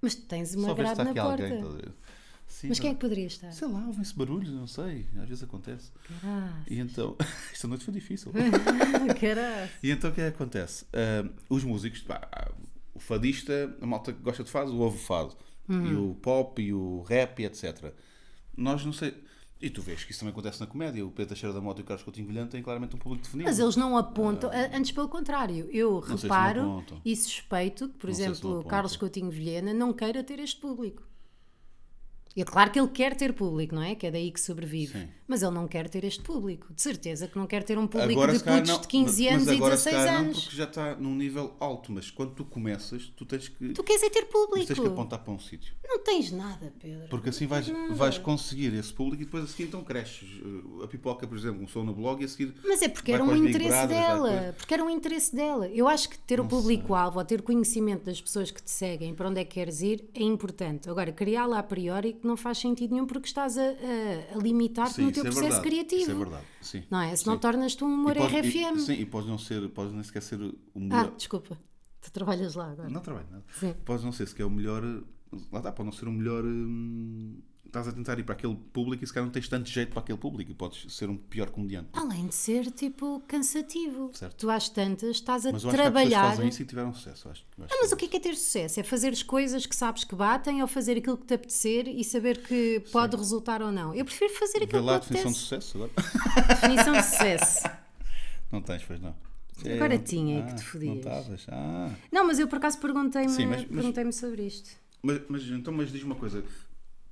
C: Mas tu tens
B: Só ver
C: uma
B: se
C: grade
B: está
C: na
B: aqui
C: porta.
B: alguém. estás a ver? Sim,
C: Mas quem é
B: não-
C: que poderia estar?
B: Sei lá, ouvem-se barulhos, não sei. Às vezes acontece.
C: Caralho.
B: E então... Esta noite foi difícil.
C: oh, Caralho.
B: E então o que é que acontece? Ah, os músicos, pá, o fadista, a malta que gosta de fado, ouve fado.
C: Hum.
B: E o pop, e o rap, e etc. Nós não sei. E tu vês que isso também acontece na comédia. O Pedro Teixeira da Mota e o Carlos Coutinho Vilhante têm claramente um público definido.
C: Mas eles não apontam, a- antes pelo contrário,
B: sei
C: eu
B: se Ah. não
C: reparo
B: apontam.
C: e suspeito que, por
B: Não sei se não
C: exemplo, o
B: apontam.
C: Carlos Coutinho Vilhena não queira ter este público. E é claro que ele quer ter público, não é? Que é daí que sobrevive.
B: Sim.
C: Mas ele não quer ter este público. De certeza que não quer ter um público
B: Agora,
C: de
B: se calhar,
C: putos
B: não.
C: de 15
B: Mas-
C: anos
B: mas
C: e
B: agora,
C: 16
B: se calhar,
C: anos.
B: Não, porque já está num nível alto, mas quando tu começas, tu tens que,
C: Tu queres é ter
B: mas
C: público.
B: tens que apontar para um sítio.
C: Não tens nada, Pedro.
B: Porque assim vais, vais conseguir esse público e depois a seguir então cresces. A pipoca, por exemplo, começou no blog e a seguir.
C: Mas é porque
B: vai
C: era
B: para
C: um
B: os Big
C: interesse
B: Brothers, vai
C: dela.
B: coisa.
C: Porque era um interesse dela. Eu acho que ter o público-alvo, ou ter conhecimento das pessoas que te seguem, para onde é que queres ir, é importante. Agora, criá-la a priori que não faz sentido nenhum porque estás a, a- a limitar-te
B: Sim,
C: no
B: isso
C: teu
B: é
C: processo
B: verdade.
C: criativo.
B: Isso é verdade. Sim.
C: Não é? Senão
B: Sim.
C: tornas-te um humor
B: E pode- e-
C: RFM.
B: sim, e podes não ser, podes nem sequer ser o
C: ah,
B: melhor.
C: desculpa. Tu trabalhas lá agora.
B: não trabalho nada.
C: Sim.
B: Podes não ser sequer o melhor. Lá está, pode não ser o melhor. hum, estás a tentar ir para aquele público e se calhar não tens tanto jeito para aquele público e podes ser um pior comediante.
C: Além de ser, tipo, cansativo.
B: Certo.
C: Tu às tantas estás a
B: Mas eu acho que há pessoas que
C: trabalhar...
B: fazem isso e tiveram sucesso. eu Acho, eu acho
C: Ah, mas
B: que-
C: o que é, que é ter sucesso? É fazeres coisas que sabes que batem ou fazer aquilo que te apetecer e saber que pode resultar ou não. Eu prefiro fazer
B: Vê
C: aquilo que
B: lá
C: me
B: a definição de
C: apetece.
B: sucesso agora.
C: Definição de sucesso.
B: Não tens, pois não.
C: Agora
B: não-
C: tinha, é que
B: ah,
C: te fodias.
B: Não estavas. Ah.
C: Não, mas eu por acaso perguntei-me
B: Sim, mas- mas-
C: perguntei-me sobre isto.
B: Mas, mas então, mas diz uma coisa: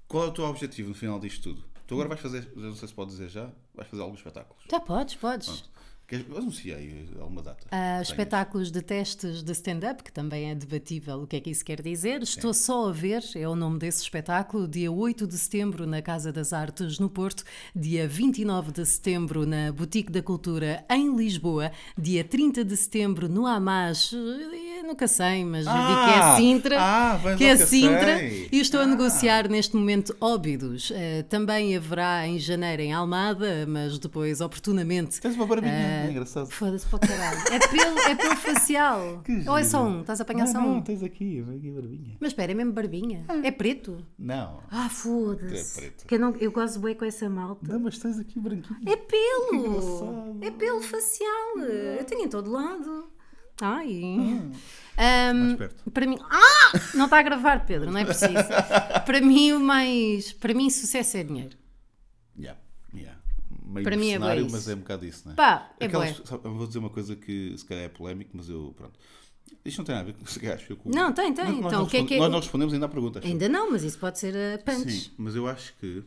B: qual é o teu objetivo no final disto tudo? Tu agora vais fazer, eu não sei se pode dizer já, vais fazer alguns espetáculos.
C: Já Tá, podes, podes.
B: Queres, anuncia aí alguma data.
C: Ah,
B: Tenhas.
C: espetáculos de testes de stand-up, que também é debatível o que é que isso quer dizer. Estou só a ver, é o nome desse espetáculo, dia 8 de setembro na Casa das Artes, no Porto, dia 29 de setembro na Boutique da Cultura, em Lisboa, dia 30 de setembro no Amas, eh, nunca sei, mas eu digo que é
B: Ah!
C: Sintra,
B: Ah, vais
C: que
B: ao
C: é
B: que
C: Sintra,
B: sei. Ah!
C: e estou a negociar neste momento Óbidos. Eh, também haverá em janeiro em Almada, mas depois, oportunamente,
B: Tens uma barbinha,
C: Ah,
B: é engraçado.
C: Foda-se para o caralho. É pelo, é pelo facial.
B: Que
C: Ou é
B: giro.
C: só um? Estás a apanhar
B: não,
C: só
B: não,
C: um?
B: tens aqui, vem aqui a barbinha.
C: Mas espera, é mesmo barbinha? É preto?
B: Não,
C: Ah,
B: É
C: foda-se.
B: preto.
C: Que eu, não, eu gosto bem com essa malta.
B: não, mas tens aqui branquinho.
C: É pelo!
B: engraçado.
C: É pelo facial. Eu tenho em todo lado. Ai. Ahm,
B: Mais perto.
C: para mim. Ah! Não está a gravar, Pedro, não é preciso. para mim, o mais. Para mim, sucesso é dinheiro.
B: Yeah, yeah. meio
C: Para mim é bué
B: mercenário,
C: isso.
B: mas é um bocado isso, não é?
C: Pá, é
B: Aquelas,
C: bué.
B: sabe, eu vou dizer uma coisa que se calhar é polémico, mas eu, pronto. Isto não tem nada a ver com se calhar, acho eu com-
C: Não, tem, tem.
B: Nós- nós
C: Então,
B: não
C: o que é que
B: responde-
C: é-
B: Nós não respondemos ainda à pergunta. acho eu.
C: Ainda não, mas isso pode ser a punch.
B: Sim, mas eu acho que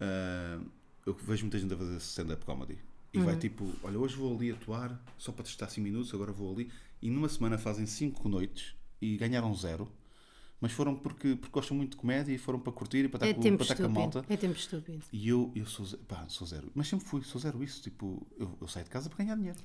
B: ah, eu vejo muita gente a fazer stand-up comedy e
C: Uhum.
B: vai tipo, olha, hoje vou ali atuar só para testar 5 minutos, agora vou ali e numa semana fazem 5 noites e ganharam zero, mas foram porque, porque gostam muito de comédia e foram para curtir e para estar,
C: É
B: tá com,
C: tempo
B: para estar com a malta.
C: estúpido. É tempo estúpido.
B: E eu, eu sou, ze- pá, sou zero, mas sempre fui, sou zero isso, tipo, eu, eu saio de casa para ganhar dinheiro.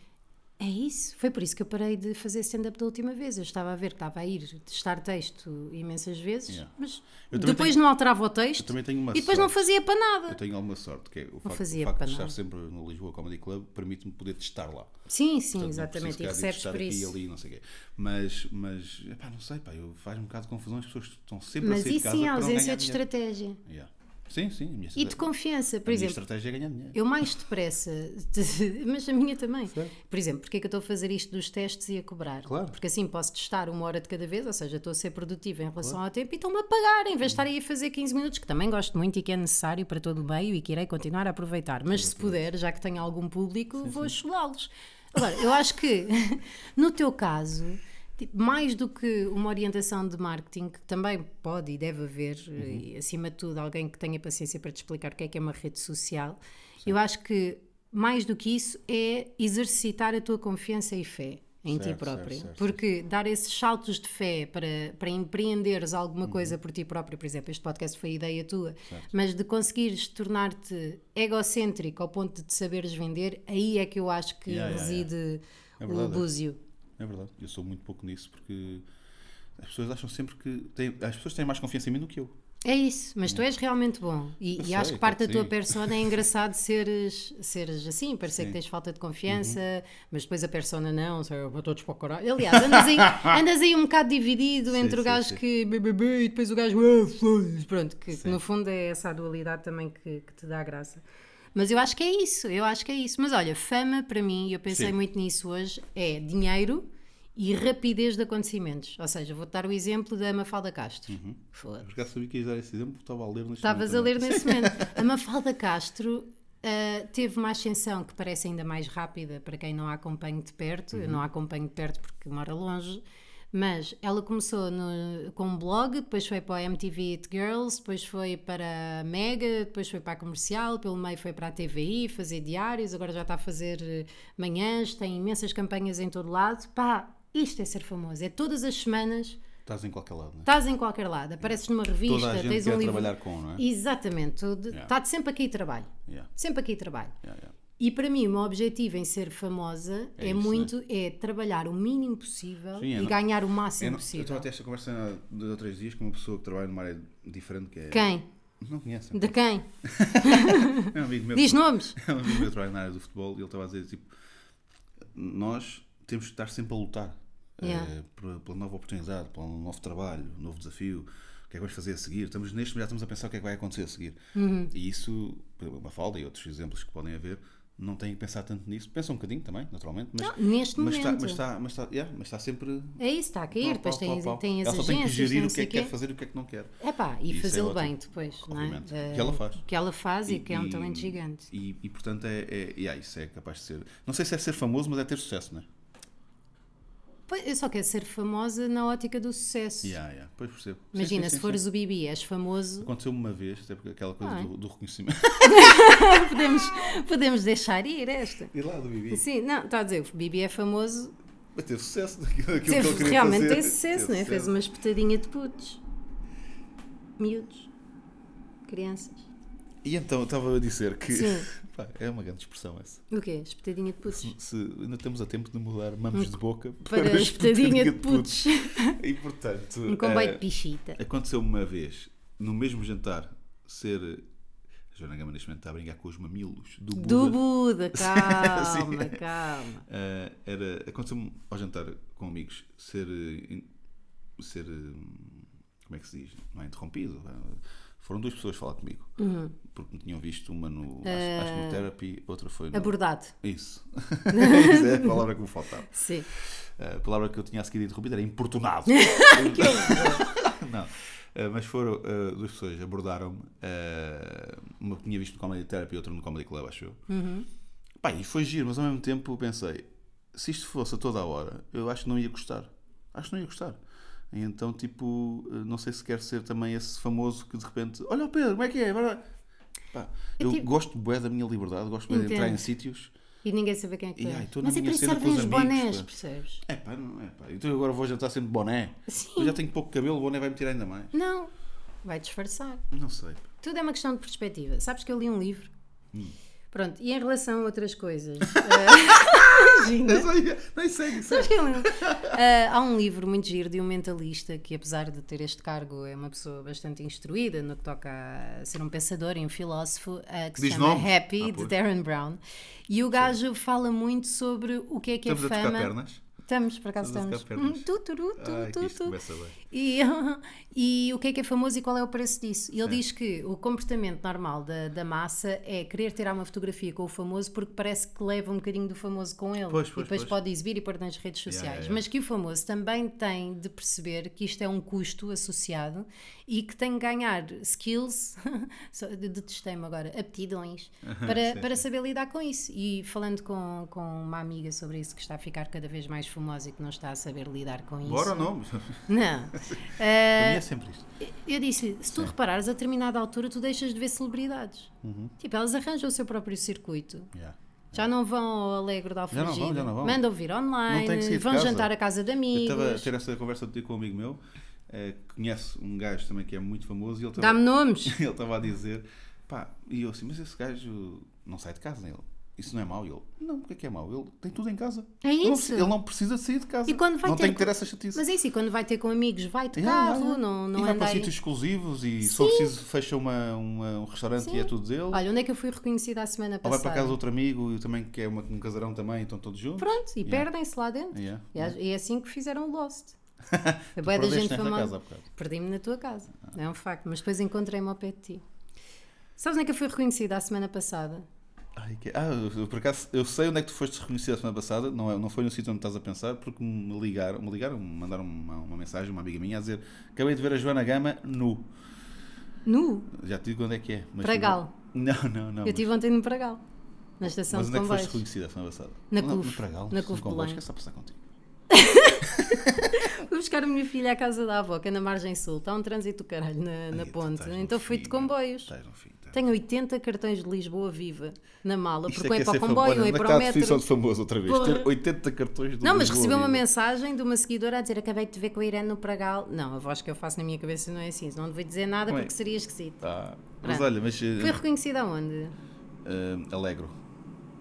C: É isso. Foi por isso que eu parei de fazer stand-up da última vez. Eu estava a ver que estava a ir testar texto imensas vezes,
B: Yeah.
C: mas
B: Eu também
C: depois não alterava o texto
B: também tenho uma
C: e depois não
B: sorte.
C: fazia para
B: Eu
C: nada.
B: tenho alguma sorte, que é o facto, o
C: Ah. fazia
B: facto de
C: panela.
B: estar sempre no Lisboa Comedy Club permite-me poder testar lá.
C: Sim, sim,
B: Portanto, não
C: exatamente.
B: preciso,
C: E
B: se calhar, de
C: recebes
B: estar
C: por
B: aqui e
C: isso.
B: ali, não sei o quê. Mas, mas epá, não sei, pá, eu faz um bocado de confusão, as pessoas estão sempre a
C: Mas
B: sair de
C: isso
B: casa
C: sim,
B: para
C: a
B: não
C: ausência
B: ganhar
C: de
B: dinheiro. É.
C: estratégia.
B: Yeah. Sim, sim, a minha,
C: E de
B: estrate-
C: confiança,
B: a
C: por
B: minha
C: exemplo.
B: estratégia é ganhar dinheiro.
C: Eu mais depressa, mas a minha também.
B: Certo.
C: Por exemplo, porque é que eu estou a fazer isto dos testes e a cobrar?
B: Claro.
C: Porque assim posso testar uma hora de cada vez, ou seja, estou a ser produtiva em relação ao tempo e estou-me a pagar, em vez de estar aí a fazer 15 minutos, que também gosto muito e que é necessário para todo o meio e que irei continuar a aproveitar. Mas se puder, já que tenho algum público, vou chulá-los. Agora, eu acho que no teu caso. tipo, Mais do que uma orientação de marketing, que também pode e deve haver, eh, e, acima de tudo, alguém que tenha paciência para te explicar o que é que é uma rede social, eu acho que mais do que isso é exercitar a tua confiança e fé em ti
B: Certo,
C: próprio.
B: certo, certo,
C: porque dar esses saltos de fé para, para empreenderes alguma
B: Uhum.
C: coisa por ti próprio, por exemplo, este podcast foi ideia tua, mas de conseguires tornar-te egocêntrico ao ponto de te saberes vender, aí é que eu acho que
B: Yeah, yeah,
C: reside
B: É
C: o
B: verdade.
C: búzio.
B: É verdade, eu sou muito pouco nisso porque as pessoas acham sempre que. Têm, as pessoas têm mais confiança em mim do que eu.
C: É isso, mas tu és realmente bom e,
B: Hum. Eu
C: e
B: sei,
C: acho que
B: claro
C: parte
B: que
C: da tua
B: sim.
C: persona é engraçado seres, seres assim, parecer que tens falta de confiança,
B: Uhum.
C: mas depois a persona não, sei, eu vou todos para o caralho. Aliás, andas aí, andas aí um bocado dividido
B: Sim,
C: entre o
B: sim,
C: gajo
B: sim.
C: que bebê e depois o gajo "Ah, foda-se", pronto, que, que no fundo é essa a dualidade também que, que te dá graça. Mas eu acho que é isso, eu acho que é isso. Mas olha, fama para mim, e eu pensei
B: Sim.
C: muito nisso hoje, é dinheiro e rapidez de acontecimentos. Ou seja, vou-te dar o exemplo da Mafalda Castro.
B: Uhum.
C: Foda-se.
B: Porque já sabia que ias dar esse exemplo, estava a ler neste
C: Estavas a
B: momento
C: ler nesse momento. A Mafalda Castro ah, teve uma ascensão que parece ainda mais rápida para quem não a acompanha de perto. Eu não a acompanho de perto porque mora longe. Mas ela começou no- com um blog, depois foi para a MTV It Girls, depois foi para a Mega, depois foi para a Comercial, pelo meio foi para a TVI fazer diários, agora já está a fazer eh, manhãs, tem imensas campanhas em todo lado. Pá, isto é ser famoso. É todas as semanas
B: também. Estás em qualquer lado, não é?
C: Estás em qualquer lado, apareces numa revista,
B: Toda a gente
C: tens
B: quer
C: um livro.
B: trabalhar com, não é?
C: Exatamente,
B: Yeah.
C: está-te sempre aqui trabalho.
B: Yeah,
C: Sempre aqui trabalho.
B: yeah, yeah.
C: E para mim, o meu objetivo em ser famosa
B: É
C: é,
B: isso,
C: muito é trabalhar o mínimo possível
B: Sim, é
C: e
B: não-
C: ganhar o máximo
B: Eu, não, eu
C: possível.
B: estava a ter esta conversa há dois ou três dias com uma pessoa que trabalha numa área diferente que é.
C: Quem?
B: Não conhece.
C: De quem?
B: É um amigo meu.
C: Diz nomes.
B: É um amigo meu que trabalha na área do futebol e ele estava a dizer tipo, nós temos que estar sempre a lutar eh,
C: Yeah.
B: pela, pela nova oportunidade, pelo novo trabalho, novo desafio, o que é que vamos fazer a seguir? Estamos neste momento já estamos a pensar o que é que vai acontecer a seguir.
C: Uhum.
B: E isso, por exemplo, uma falda e outros exemplos que podem haver, não têm que pensar tanto nisso. Pensam um bocadinho também, naturalmente, mas,
C: Não, neste
B: mas, está,
C: momento.
B: mas, está, mas, está, yeah, mas está sempre.
C: É isso, está a
B: pau,
C: cair, depois
B: pau, pau,
C: tem,
B: pau.
C: tem as
B: ela só
C: agências.
B: tem que
C: tem
B: gerir
C: não
B: o que é
C: sei
B: que quer
C: quê.
B: fazer e o que é que não quer.
C: Epá, e
B: Isso é
C: fazê-lo
B: ótimo.
C: bem depois, não é?
B: Obviamente. Que ela faz.
C: Que ela faz e, que é um talento gigante.
B: E, e, portanto é, é, e, ah, isso é capaz de ser. Não sei se é ser famoso, mas é ter sucesso, não é?
C: Pois, Eu só quero ser famosa na ótica do sucesso.
B: Yeah, yeah. Pois percebo. Sim,
C: Imagina,
B: sim,
C: se
B: sim,
C: fores
B: sim.
C: o Bibi, és famoso,
B: Aconteceu-me uma vez, até porque aquela coisa
C: Ah, é?
B: do, do reconhecimento.
C: podemos, podemos deixar ir esta.
B: e lá do Bibi.
C: Sim, não, está a dizer, o Bibi é famoso,
B: Mas teve sucesso daquilo, daquilo que
C: teve-
B: ele queria
C: realmente
B: fazer.
C: tem sucesso,
B: Teve
C: não é? Fez uma espetadinha de putos, miúdos, crianças.
B: E então, eu estava a dizer que.
C: Sim.
B: Pá, é uma grande expressão essa.
C: O quê? Espetadinha de putos?
B: Se ainda estamos a tempo de mudar mamos de boca
C: Um Para, espetadinha de putos.
B: E portanto.
C: Um comboio de
B: eh,
C: pichita.
B: Aconteceu-me uma vez, no mesmo jantar, ser. A Joana Gama neste momento está a brincar com os mamilos do Buda.
C: Do Buda, calma,
B: Sim.
C: calma.
B: Ah, era, aconteceu-me ao jantar com amigos ser. eh, in- ser. hum, como é que se diz? Não é interrompido. vá. Foram duas pessoas falar comigo. Porque me tinham visto, uma no. acho, acho que no Therapy, outra foi no.
C: Abordado,
B: Isso. Isso é a palavra que me faltava.
C: sim.
B: Eh, A palavra que eu tinha a seguir interrompida era importunado. não. Eh, mas foram eh, duas pessoas, abordaram-me. eh, uma que tinha visto no Comedy Therapy e outra no Comedy Club, acho eu.
C: Uhum.
B: Pá, e foi giro, mas ao mesmo tempo pensei: se isto fosse a toda a hora, eu acho que não ia gostar. Acho que não ia gostar. E então, tipo, eh, não sei se quer ser também esse famoso que de repente: olha o Pedro, como é que é? Bora- Pá, eu
C: tipo-
B: gosto bué da minha liberdade, gosto bué de entrar em
C: Entendo.
B: sítios.
C: E ninguém sabe quem é que tu
B: E, ai,
C: és.
B: estou na
C: Mas é
B: minha
C: para isso
B: cena
C: servem
B: com
C: os
B: os amigos,
C: bonés,
B: pá.
C: percebes?
B: É pá, não é pá. Então eu agora vou jantar sempre de boné.
C: Sim.
B: Eu já tenho pouco cabelo, o boné vai me tirar ainda mais.
C: Não, vai disfarçar.
B: Não sei.
C: Tudo é uma questão de perspectiva. Sabes que eu li um livro?
B: Hum.
C: Pronto, e em relação a outras coisas? eh, Imagina.
B: Eu só ia- Nem sei, sei.
C: Sabes que eu lembro? Ah, há um livro muito giro de um mentalista que, apesar de ter este cargo, é uma pessoa bastante instruída no que toca a ser um pensador e um filósofo, ah, que se
B: Diz
C: chama
B: nome?
C: Happy,
B: Ah,
C: de
B: pois.
C: Darren Brown. E o gajo fala muito sobre o que é que
B: Estamos
C: é
B: a
C: fama.
B: tocar pernas.
C: Estamos, por acaso
B: Estamos a
C: estamos.
B: tocar pernas.
C: Hum, tu, tu, tu, tu,
B: Ai, que
C: tu,
B: isto
C: tu.
B: começa bem.
C: E, e o que é que é famoso e qual é o preço disso? E ele diz que o comportamento normal da, da massa é querer tirar uma fotografia com o famoso porque parece que leva um bocadinho do famoso com ele.
B: Pois,
C: e
B: pois,
C: depois
B: pois.
C: pode exibir e pôr nas redes sociais.
B: yeah, yeah.
C: Mas que o famoso também tem de perceber que isto é um custo associado e que tem que ganhar skills, só- de- detestei-me agora, aptidões, para,
B: sim,
C: para saber lidar com isso. E falando com, com uma amiga sobre isso que está a ficar cada vez mais famosa e que não está a saber lidar com isso.
B: Bora ou não?
C: Não. Eh,
B: Para mim é sempre isto.
C: Eu disse, se tu reparares, a determinada altura tu deixas de ver celebridades.
B: Uhum.
C: Tipo, elas arranjam o seu próprio circuito.
B: Yeah.
C: Já não vão ao Alegre da
B: não vão,
C: Alfragida.
B: É. já não vão.
C: Mandam vir
B: Não tem que
C: online,
B: sair de
C: vão
B: casa.
C: jantar à casa de
B: Eu estava a
C: amigos.
B: ter essa conversa outro dia com um amigo meu, eh, que conhece um gajo também que é muito famoso, e ele estava
C: Dá-me nomes.
B: ele estava a dizer, pá, e eu assim, mas esse gajo não sai de casa, né? Ele, isso não é mau? E ele, não, porque é que é mau? Ele tem tudo em casa.
C: É
B: Ele não
C: isso.
B: precisa- Ele não precisa de sair de casa.
C: E quando vai
B: não
C: ter
B: tem que
C: co-
B: ter essa chatice.
C: Mas é isso, e quando vai ter com amigos, vai de
B: Yeah,
C: carro,
B: yeah, yeah.
C: não, é não
B: e vai
C: anda
B: para
C: aí.
B: sítios exclusivos e só preciso fecha uma, uma- um restaurante e é tudo dele.
C: Olha, onde é que eu fui reconhecida a semana
B: Ou vai para
C: passada?
B: casa de outro amigo e também que é uma, um casarão também, estão todos juntos.
C: Pronto, e
B: Yeah.
C: perdem-se lá dentro.
B: Yeah.
C: E as- E é assim que fizeram o Lost. A
B: Tu
C: bué da
B: perdeste
C: gente
B: nesta
C: famosa.
B: casa há bocado.
C: Perdi-me na tua casa, não é um facto, mas depois encontrei-me ao pé de ti. Sabes onde é que eu fui reconhecida a semana passada?
B: Ai, que- Ah, eu- eu, por acaso, eu sei onde é que tu foste reconhecido a semana passada, não, é- não foi no sítio onde estás a pensar, porque me ligaram, me ligaram, me mandaram uma, uma mensagem, uma amiga minha, a dizer acabei de ver a Joana Gama nu.
C: Nu!
B: Já te digo onde é que é. Mas
C: Pragal.
B: Não, não, não.
C: eu estive ontem no Pragal, na
B: mas,
C: estação
B: mas onde
C: de
B: é que foste
C: Comboios.
B: reconhecida a semana passada?
C: Na
B: não,
C: Clube.
B: No Pragal,
C: Na
B: no
C: Clube de
B: Comboios,
C: Belém.
B: que é só passar contigo.
C: Fui buscar a minha filha à casa da avó, que é na margem sul, está um trânsito do caralho na,
B: Ai,
C: na
B: tu um
C: ponte,
B: estás num
C: então fui
B: fim,
C: de
B: meu.
C: comboios.
B: Estás no fim, estás.
C: Tenho 80 cartões de Lisboa viva na mala,
B: Isto
C: porque um
B: que
C: é para o
B: ser
C: comboio,
B: famoso.
C: um é
B: Onde é que
C: para
B: está
C: o
B: a definição
C: metro.
B: de famoso outra vez.
C: Porra.
B: Ter 80 cartões do
C: Não, mas
B: Lisboa
C: recebi uma
B: Viva.
C: mensagem de uma seguidora a dizer acabei de te ver com a Irene no Pragal. Não, a voz que eu faço na minha cabeça não é assim, não vou dizer nada
B: Bem.
C: porque seria esquisito.
B: Ah, mas
C: Pronto.
B: é olha, mas.
C: Fui
B: eh,
C: reconhecida aonde?
B: eh, alegro.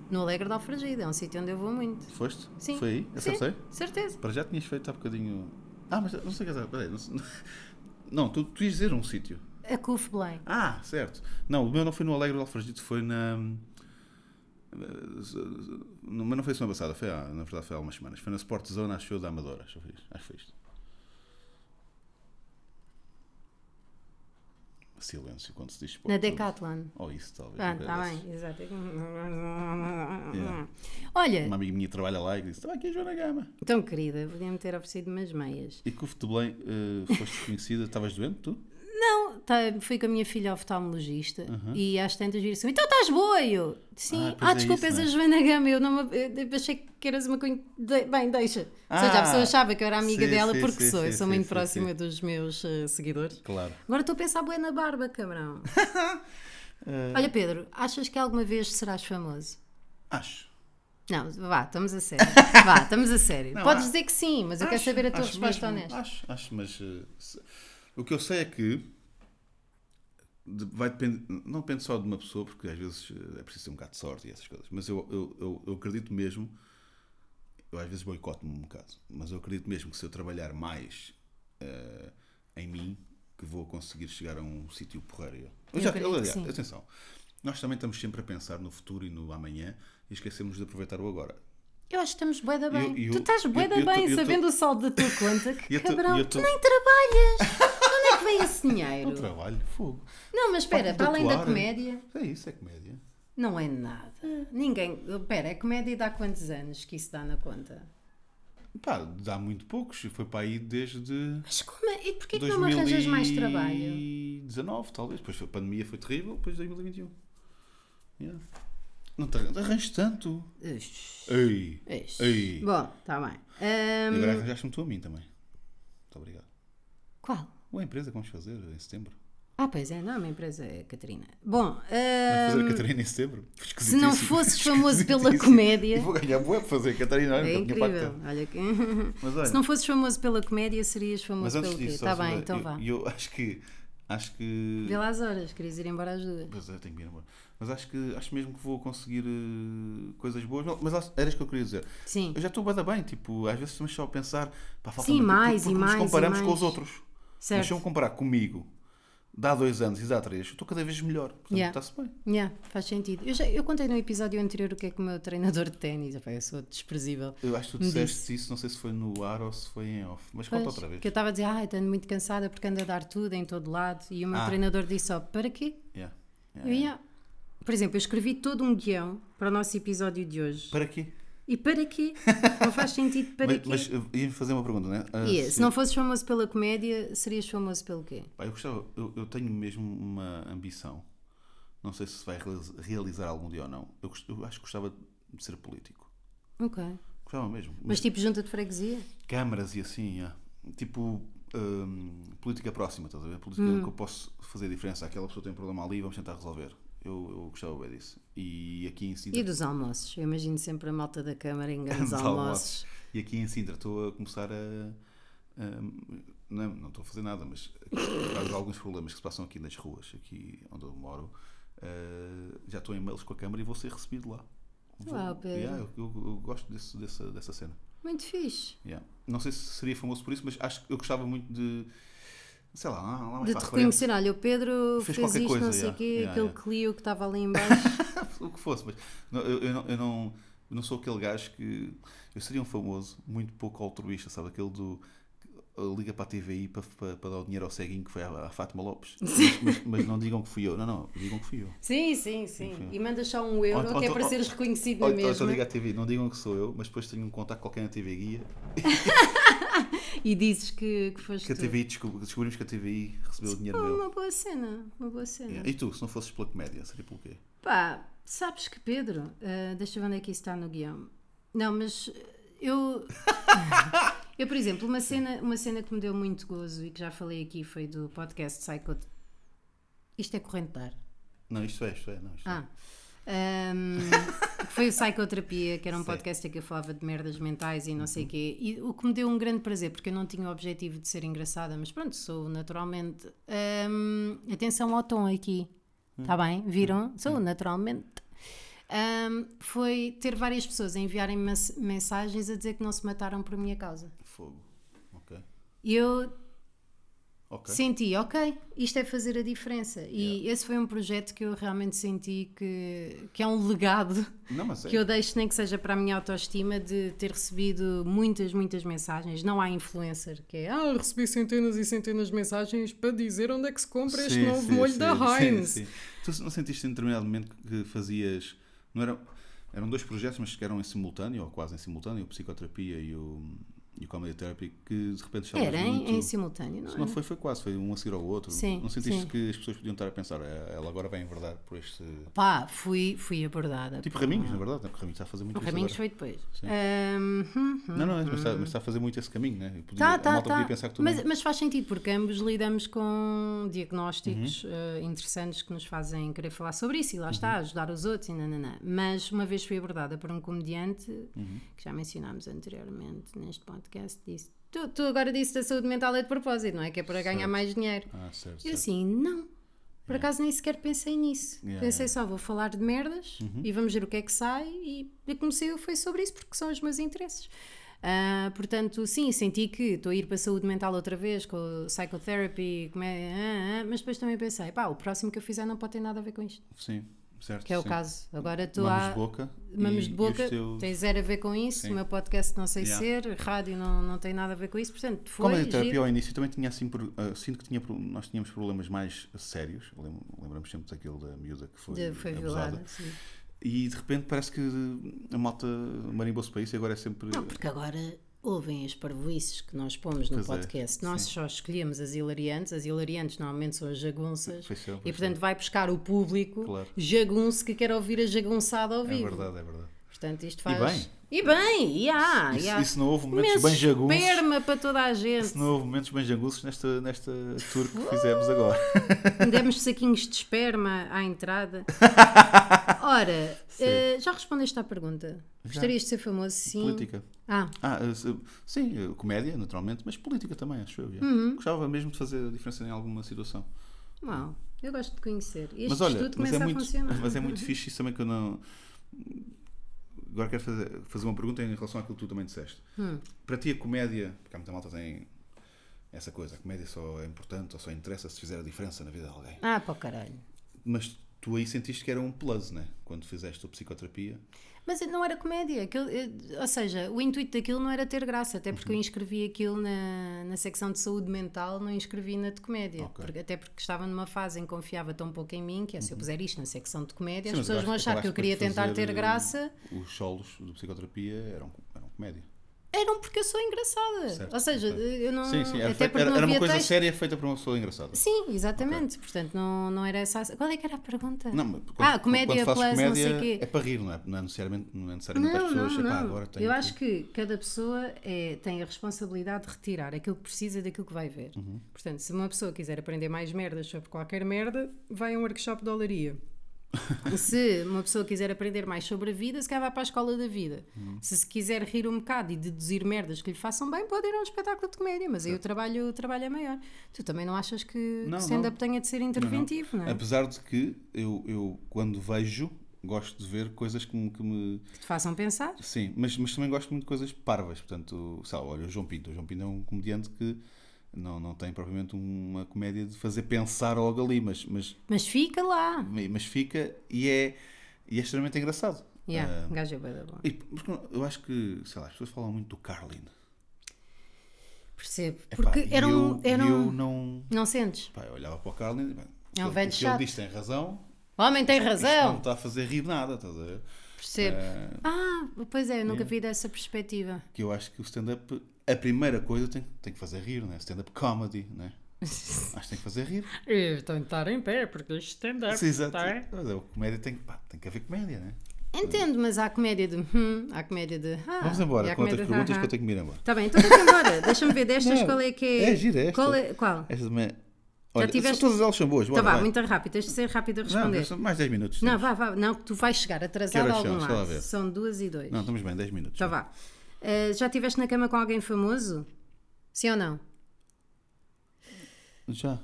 C: No Alegre de Alfragida, é um sítio onde eu vou muito.
B: Foste?
C: Sim.
B: Foi aí?
C: Sim,
B: Acertei?
C: certeza.
B: Para já tinhas feito há bocadinho. Ah, mas não sei o que é. Peraí, não, sei- não tu, tu ias dizer um sítio.
C: A CUF Belém.
B: Ah, certo. Não, o meu não foi no Alegre do Alfragito, foi na. eh, no- Mas não foi semana passada, foi há, na verdade foi há umas semanas. Foi na Sport Zone, acho eu, da Amadora. Acho que foi isto. Acho que foi isto. Silêncio quando se diz Sport
C: Na
B: Zone.
C: Decathlon.
B: Ou isso, talvez.
C: Ah,
B: uma coisa
C: tá
B: dessas.
C: bem, exato. Olha,
B: Uma amiga minha trabalha lá e disse: Estava aqui a Joana Gama.
C: então querida, podia-me ter oferecido umas meias.
B: E que o futebol eh, foste conhecida, estavas doente, tu?
C: Não, tá, fui com a minha filha ao oftalmologista e às tantas viram assim: então estás boa? E Eu, sim,
B: Uhum. Ah,
C: ah,
B: pois é
C: desculpa, és
B: isso,
C: a
B: né?
C: Joana Gama, eu, não, me- eu achei que eras uma coisa. Bem, deixa. Ou seja, a
B: Ah,
C: pessoa achava que eu era amiga
B: sim,
C: dela
B: sim,
C: porque
B: sim,
C: sou, eu
B: sim,
C: sou
B: sim,
C: muito
B: sim,
C: próxima
B: sim.
C: dos meus eh, seguidores.
B: Claro.
C: Agora estou a pensar bué na barba, cabrão. Olha, Pedro, achas que alguma vez serás famoso?
B: Acho.
C: Não, vá, estamos a sério. Vá, estamos a sério.
B: Não,
C: Podes
B: há-
C: dizer que sim, mas eu quero
B: Acho,
C: saber a tua
B: acho
C: resposta
B: mesmo,
C: honesta.
B: Acho, acho, mas eh, se- o que eu sei é que de- vai depender, não depende só de uma pessoa, porque às vezes eh, é preciso ter um bocado de sorte e essas coisas, mas eu, eu, eu, eu acredito mesmo, eu às vezes boicoto-me um bocado, mas eu acredito mesmo que se eu trabalhar mais eh, em mim, que vou conseguir chegar a um sítio porreiro. Eu já,
C: acredito que
B: aliás,
C: sim.
B: atenção, nós também estamos sempre a pensar no futuro e no amanhã e esquecemos de aproveitar o agora.
C: Eu acho que estamos bué da bem.
B: Eu- eu-
C: tu estás bué da
B: eu- eu tô-
C: bem
B: eu tô-
C: sabendo o saldo da tua conta. Que
B: Eu tô-
C: cabrão,
B: eu
C: tu
B: tô-
C: nem trabalhas. De onde é que vem esse
B: O
C: dinheiro?
B: trabalho, fogo.
C: Não, mas espera,
B: Parte
C: para além da
B: atuar,
C: comédia,
B: É isso, é comédia.
C: não é nada. Ninguém. Espera, a comédia dá quantos anos que isso dá na conta?
B: Pá, dá muito poucos. Foi para aí desde.
C: Mas como? é- E porquê que não me arranjas mais trabalho?
B: 2019, talvez. Depois foi- a pandemia foi terrível, depois 2021. Yeah. Não te arran- arranjas tanto.
C: Ux,
B: Ei!
C: ux.
B: Ei.
C: Bom, está bem.
B: E
C: Ahm,
B: agora arranjaste-me tu a mim também. Muito obrigado.
C: qual?
B: Ou a empresa que vamos fazer em setembro?
C: Ah, pois é, não, a minha empresa é a Catarina. Bom, ah, ahm,
B: Vamos fazer a Catarina em setembro?
C: Hum. se não
B: Esquisitíssimo.
C: fosses famoso pela
B: Esquisitíssimo.
C: comédia.
B: E vou ganhar bué por fazer a Catarina. Olha,
C: É
B: nunca tinha
C: incrível.
B: pago tanto.
C: Olha que...
B: Mas olha,
C: Se não fosses famoso pela comédia, serias
B: mas
C: famoso
B: antes
C: pelo quê?
B: disso,
C: Está
B: sabes,
C: bem,
B: eu-
C: então vá.
B: Eu acho que. Acho que.
C: Vê lá as horas, querias ir embora às duas.
B: Pois é, tenho que ir embora. Mas acho que acho mesmo que vou conseguir eh, coisas boas. Não, Mas acho- era isso que eu queria dizer.
C: Sim.
B: Eu já estou bada bem, tipo, às vezes também só a pensar, pá, falta
C: Sim,
B: muito-
C: mais
B: porque
C: e
B: nos
C: mais e
B: comparamos com
C: mais.
B: os outros.
C: Certo.
B: Mas se eu comparar comigo, dá dois anos e dá três, eu estou cada vez melhor. Portanto,
C: Yeah.
B: está-se bem.
C: Yeah, faz sentido. Eu, já, eu contei no episódio anterior o que é que o meu treinador de ténis. epá, Eu sou desprezível.
B: Eu acho que tu
C: Me
B: disseste isso, não sei se foi no ar ou se foi em off, mas conta
C: Pois,
B: outra vez.
C: Que eu estava a dizer, ah, estou muito cansada porque ando a dar tudo em todo lado. E o meu
B: Ah.
C: treinador disse só, para quê?
B: Yeah.
C: Eu ia- Por exemplo, eu escrevi todo um guião para o nosso episódio de hoje.
B: Para quê?
C: E para quê? Não faz sentido para
B: mas
C: quê?
B: mas eh, ia-me fazer uma pergunta, não é? Ah,
C: E, se
B: se-
C: não fosses famoso pela comédia, serias famoso pelo quê?
B: Pá, eu gostava, eu, eu tenho mesmo uma ambição, não sei se se vai realiza- realizar algum dia ou não. Eu, gost- eu acho que gostava de ser político.
C: Ok.
B: Gostava mesmo.
C: Mas tipo junta de freguesia?
B: câmaras e assim, yeah. tipo hum, política próxima, estás a ver? Política que eu posso fazer diferença. Aquela pessoa tem um problema ali, vamos tentar resolver. Eu, eu gostava bem disso. E aqui em
C: E
B: Sintra.
C: dos almoços? Eu imagino sempre a malta da Câmara em grandes
B: Dos
C: almoços.
B: um E aqui em Sintra estou a começar a. a- não, é, não estou a fazer nada, mas por causa de alguns problemas que se passam aqui nas ruas, aqui onde eu moro, eh, já estou em mails com a Câmara e vou ser recebido lá.
C: Uau,
B: Vou-
C: Pedro.
B: Yeah, eu, eu- eu gosto desse- dessa, dessa cena.
C: Muito fixe.
B: Yeah. Não sei se seria famoso por isso, mas acho que eu gostava muito de. Sei lá, lá lá mais para
C: De te
B: a frente,
C: reconhecer, olha, o Pedro
B: Fez
C: fez,
B: qualquer
C: isto,
B: coisa,
C: não sei o
B: yeah,
C: quê,
B: yeah,
C: aquele
B: yeah.
C: Clio que estava ali embaixo.
B: o que fosse, mas não, eu, eu não, eu, não, eu não sou aquele gajo que. Eu seria um famoso muito pouco altruísta, sabe? Aquele do. "Oh, Liga para a TVI para, para, para dar o dinheiro ao ceguinho que foi à, à Fátima Lopes. Mas, mas, mas não digam que fui eu. Não, não, digam que fui eu.
C: sim, sim, sim. E mandas só um euro,
B: Ou- ou
C: que é
B: tu-
C: para
B: ou-
C: seres reconhecido na
B: Olha, então
C: mesma.
B: liga à TV, não digam que sou eu, mas depois tenho um contato qualquer na TV Guia.
C: E dizes que, que foste
B: Que a
C: tu.
B: TVI, descob- descobrimos que a TVI recebeu o dinheiro
C: Oh,
B: meu.
C: uma boa cena, uma boa cena.
B: Yeah. E tu, se não fosses pela comédia, seria pelo quê?
C: Pá, sabes que Pedro, ah, deixa eu ver onde é que isso está no guião. Não, mas eu. eu, por exemplo, uma cena, uma cena que me deu muito gozo e que já falei aqui foi do podcast Psycho. Isto é corrente de ar.
B: Não, isto é, isto é, não, isto é.
C: Ah. Ahm, que foi o Psicoterapia, que era um
B: Sim.
C: podcast em que eu falava de merdas mentais e não sei o quê. E o que me deu um grande prazer, porque eu não tinha o objetivo de ser engraçada, mas pronto, sou naturalmente. Ahm, atenção ao tom aqui,
B: Hum.
C: está bem? Viram? Sou naturalmente. Ahm, foi ter várias pessoas a enviarem mens- mensagens a dizer que não se mataram por minha causa.
B: Fogo. Ok.
C: E eu
B: Ok.
C: Senti, ok, isto é fazer a diferença. E esse foi um projeto que eu realmente senti que, que é um legado
B: Não, mas é.
C: que eu deixo, nem que seja para a minha autoestima, de ter recebido muitas, muitas mensagens. Não há influencer que é, ah, eu recebi centenas e centenas de mensagens para dizer onde é que se compra este
B: Sim,
C: novo
B: sim,
C: molho
B: sim,
C: da
B: sim,
C: Heinz.
B: sim. Tu não sentiste em determinado momento que fazias. Não eram, eram dois projetos, mas que eram em simultâneo, ou quase em simultâneo, o Psicoterapia e o, e o Comedy Therapy, que de repente estavas
C: Era em,
B: Então, muito.
C: em simultâneo, não
B: Se
C: é?
B: não foi, foi quase, foi um a seguir ao outro.
C: Sim,
B: não sentiste
C: sim.
B: que as pessoas podiam estar a pensar, "Eh, ela agora vai enverdar por este.
C: Pá, fui, fui abordada.
B: Tipo Raminhos, na verdade, não, é? porque Raminhos está a fazer muito
C: o
B: isso
C: Raminhos
B: agora.
C: foi depois. Ahm, hum,
B: Não, não, mas está, mas está a fazer muito esse caminho, né? Eu Podia,
C: Tá,
B: a
C: tá,
B: malta
C: tá.
B: podia pensar que tu
C: Mas,
B: não-
C: mas faz sentido, porque ambos lidamos com diagnósticos
B: Uhum.
C: eh, interessantes que nos fazem querer falar sobre isso e lá está, ajudar os outros e nananã. Mas uma vez fui abordada por um comediante
B: Uhum.
C: que já mencionámos anteriormente neste podcast, disse: Tu, tu agora disse da saúde mental é de propósito, não é? Que é para ganhar mais dinheiro.
B: Ah, certo.
C: Eu
B: certo.
C: assim, não. Por acaso nem sequer pensei nisso.
B: É. Yeah, Uhum.
C: pensei só, vou falar de merdas e vamos ver o que é que sai. E eu comecei foi sobre isso, porque são os meus interesses. Ah, portanto, sim, senti que estou a ir para a saúde mental outra vez, com o psychotherapy, como é, ah, ah, mas depois também pensei, pá, o próximo que eu fizer não pode ter nada a ver com isto.
B: Sim, certo.
C: Que é o
B: sim.
C: caso. Agora estou
B: Mamos
C: a.
B: de boca.
C: Mamos
B: e-
C: de
B: E
C: boca,
B: os teus...
C: tem zero a ver com isso.
B: Sim.
C: O meu podcast não sei
B: Yeah. é
C: ser, rádio não, não tem nada a ver com isso. Portanto, foi.
B: Comedy Therapy
C: giro.
B: ao início também tinha assim, pro- ah, sinto que tinha, pro- nós tínhamos problemas mais sérios, Lem- lembramos sempre daquele da miúda que foi,
C: De- foi
B: abusada,
C: violada. sim.
B: e de repente parece que a malta marimbou-se para isso e agora é sempre...
C: Não, porque agora ouvem as parvoices que nós pomos no
B: Pois é,
C: podcast. Nós
B: sim.
C: só escolhemos as hilariantes, as hilariantes normalmente são as jagunças,
B: Pois são,
C: e
B: pois
C: portanto vai buscar o público
B: Claro.
C: jagunço que quer ouvir a jagunçada ao
B: É
C: vivo.
B: verdade, é verdade.
C: Portanto, isto
B: E
C: faz. E bem! E há!
B: Isso-
C: e há.
B: isso não houve momentos
C: Imenso
B: bem jagunços.
C: esperma para toda a gente.
B: Se não houve momentos bem janguços nesta, nesta tour que fizemos agora.
C: Demos saquinhos de esperma à entrada. Ora, eh, já respondeste à pergunta. Gostarias de ser famoso? Sim.
B: Política.
C: Ah,
B: Ah, eh, se- sim, eh, comédia, naturalmente, mas política também, acho eu. já.
C: Uhum.
B: Gostava mesmo de fazer a diferença em alguma situação.
C: mal. Eu gosto de conhecer. Este
B: mas olha, mas
C: estudo começa
B: é,
C: a
B: muito,
C: funcionar. Uhum.
B: mas é muito fixe isso também que eu não. Agora quero fazer, fazer uma pergunta em relação àquilo que tu também disseste.
C: Hum.
B: Para ti a comédia, porque há muita malta que tem essa coisa, a comédia só é importante ou só interessa se fizer a diferença na vida de alguém.
C: Ah, para o caralho.
B: Mas tu aí sentiste que era um plus, né? Quando fizeste a psicoterapia.
C: Mas não era comédia. aquilo- eh, ou seja, o intuito daquilo não era ter graça, até
B: Uhum.
C: porque eu inscrevi aquilo na, na secção de saúde mental, não inscrevi na de comédia.
B: Ok. Uhum.
C: Porque- até porque estava numa fase em que confiava tão pouco em mim que é, se eu puser isto na secção de comédia,
B: Sim,
C: as
B: mas
C: pessoas
B: acabaste-
C: vão achar que
B: acabaste
C: eu
B: por
C: queria tentar
B: fazer,
C: ter
B: eh,
C: graça.
B: Os solos de psicoterapia eram, eram comédia.
C: Eram porque eu sou engraçada.
B: Certo,
C: Ou seja,
B: ok.
C: eu não.
B: sim, sim, era,
C: até
B: feita-
C: porque
B: era-
C: não
B: era uma
C: havia
B: coisa
C: texto.
B: séria feita por uma pessoa engraçada.
C: Sim, exatamente. Portanto, não, não era essa. a- Qual é que era a pergunta?
B: Não, mas quando,
C: ah,
B: quando fazes
C: comédia plus,
B: comédia,
C: não sei o quê.
B: É para rir, não é, não é necessariamente, não é necessariamente
C: Não,
B: as pessoas.
C: não,
B: "Epá,
C: não.
B: agora tenho
C: eu
B: que-
C: acho que cada pessoa é- tem a responsabilidade de retirar aquilo que precisa daquilo que vai ver.
B: Uhum.
C: Portanto, se uma pessoa quiser aprender mais merdas sobre qualquer merda, vai a um workshop de olaria. se uma pessoa quiser aprender mais sobre a vida, se calhar vai para a escola da vida.
B: Uhum.
C: Se se quiser rir um bocado e deduzir merdas que lhe façam bem, pode ir a um espetáculo de comédia, mas aí o trabalho, o trabalho é maior. Tu também não achas que que
B: Não,
C: stand-up
B: não.
C: tenha de ser interventivo, não, é?
B: Apesar de que eu, eu, quando vejo, gosto de ver coisas que me. que me-
C: Que te façam pensar.
B: Sim, mas, mas também gosto muito de coisas parvas. Portanto, sei lá, olha, o João Pinto. O João Pinto é um comediante que não, não tem propriamente uma comédia de fazer pensar logo ali, mas, mas,
C: Mas fica lá.
B: mas fica e é, e é extremamente engraçado.
C: Yeah,
B: Ah,
C: um gajo é bué da bom.
B: e porque eu acho que, sei lá, as pessoas falam muito do Carlin.
C: Percebo.
B: Epá,
C: Porque
B: e
C: era um.
B: eu,
C: era
B: e eu
C: um-
B: não.
C: Não sentes?
B: Pá, eu olhava para o Carlin e. bem,
C: É um
B: o que
C: velho
B: ele- o que
C: chato.
B: ele diz tem razão,
C: O homem tem
B: Isto não
C: razão.
B: está a fazer rir nada, estás a ver?
C: Percebo.
B: Eh,
C: Ah, pois é, eu nunca vi dessa perspectiva.
B: que eu acho que o stand-up, a primeira coisa tem, tem que fazer rir, né? Stand-up comedy, né? Acho que tem que fazer rir.
C: Eu tenho de estar em pé, porque isto stand-up.
B: Sim, exato.
C: tá,
B: Mas é, o comédia tem, que- pá, tem que haver comédia, né?
C: Entendo, mas há comédia de hum, há comédia de. Ah,
B: Vamos
C: e há
B: embora com outras
C: comédia de
B: perguntas
C: ah,
B: que eu tenho que me ir embora.
C: ah. Tá bem, então vamos embora. Deixa-me ver destas
B: Não,
C: qual é que é.
B: é gira esta.
C: Qual? É, qual?
B: Esta também. Olha,
C: tiveste-
B: só todas elas são boas,
C: Tá
B: bora.
C: vá,
B: vai.
C: muito rápido, tens de ser rápido a
B: não,
C: responder.
B: mas são mais 10 minutos.
C: Não,
B: temos.
C: vá, vá, não, que tu vais chegar atrasado
B: Que
C: a
B: horas são?
C: algum
B: Deixa lá
C: lado.
B: ver.
C: São duas e dois.
B: não, estamos bem, 10 minutos.
C: Tá vá. Eh, já estiveste na cama com alguém famoso? Sim ou não?
B: Já.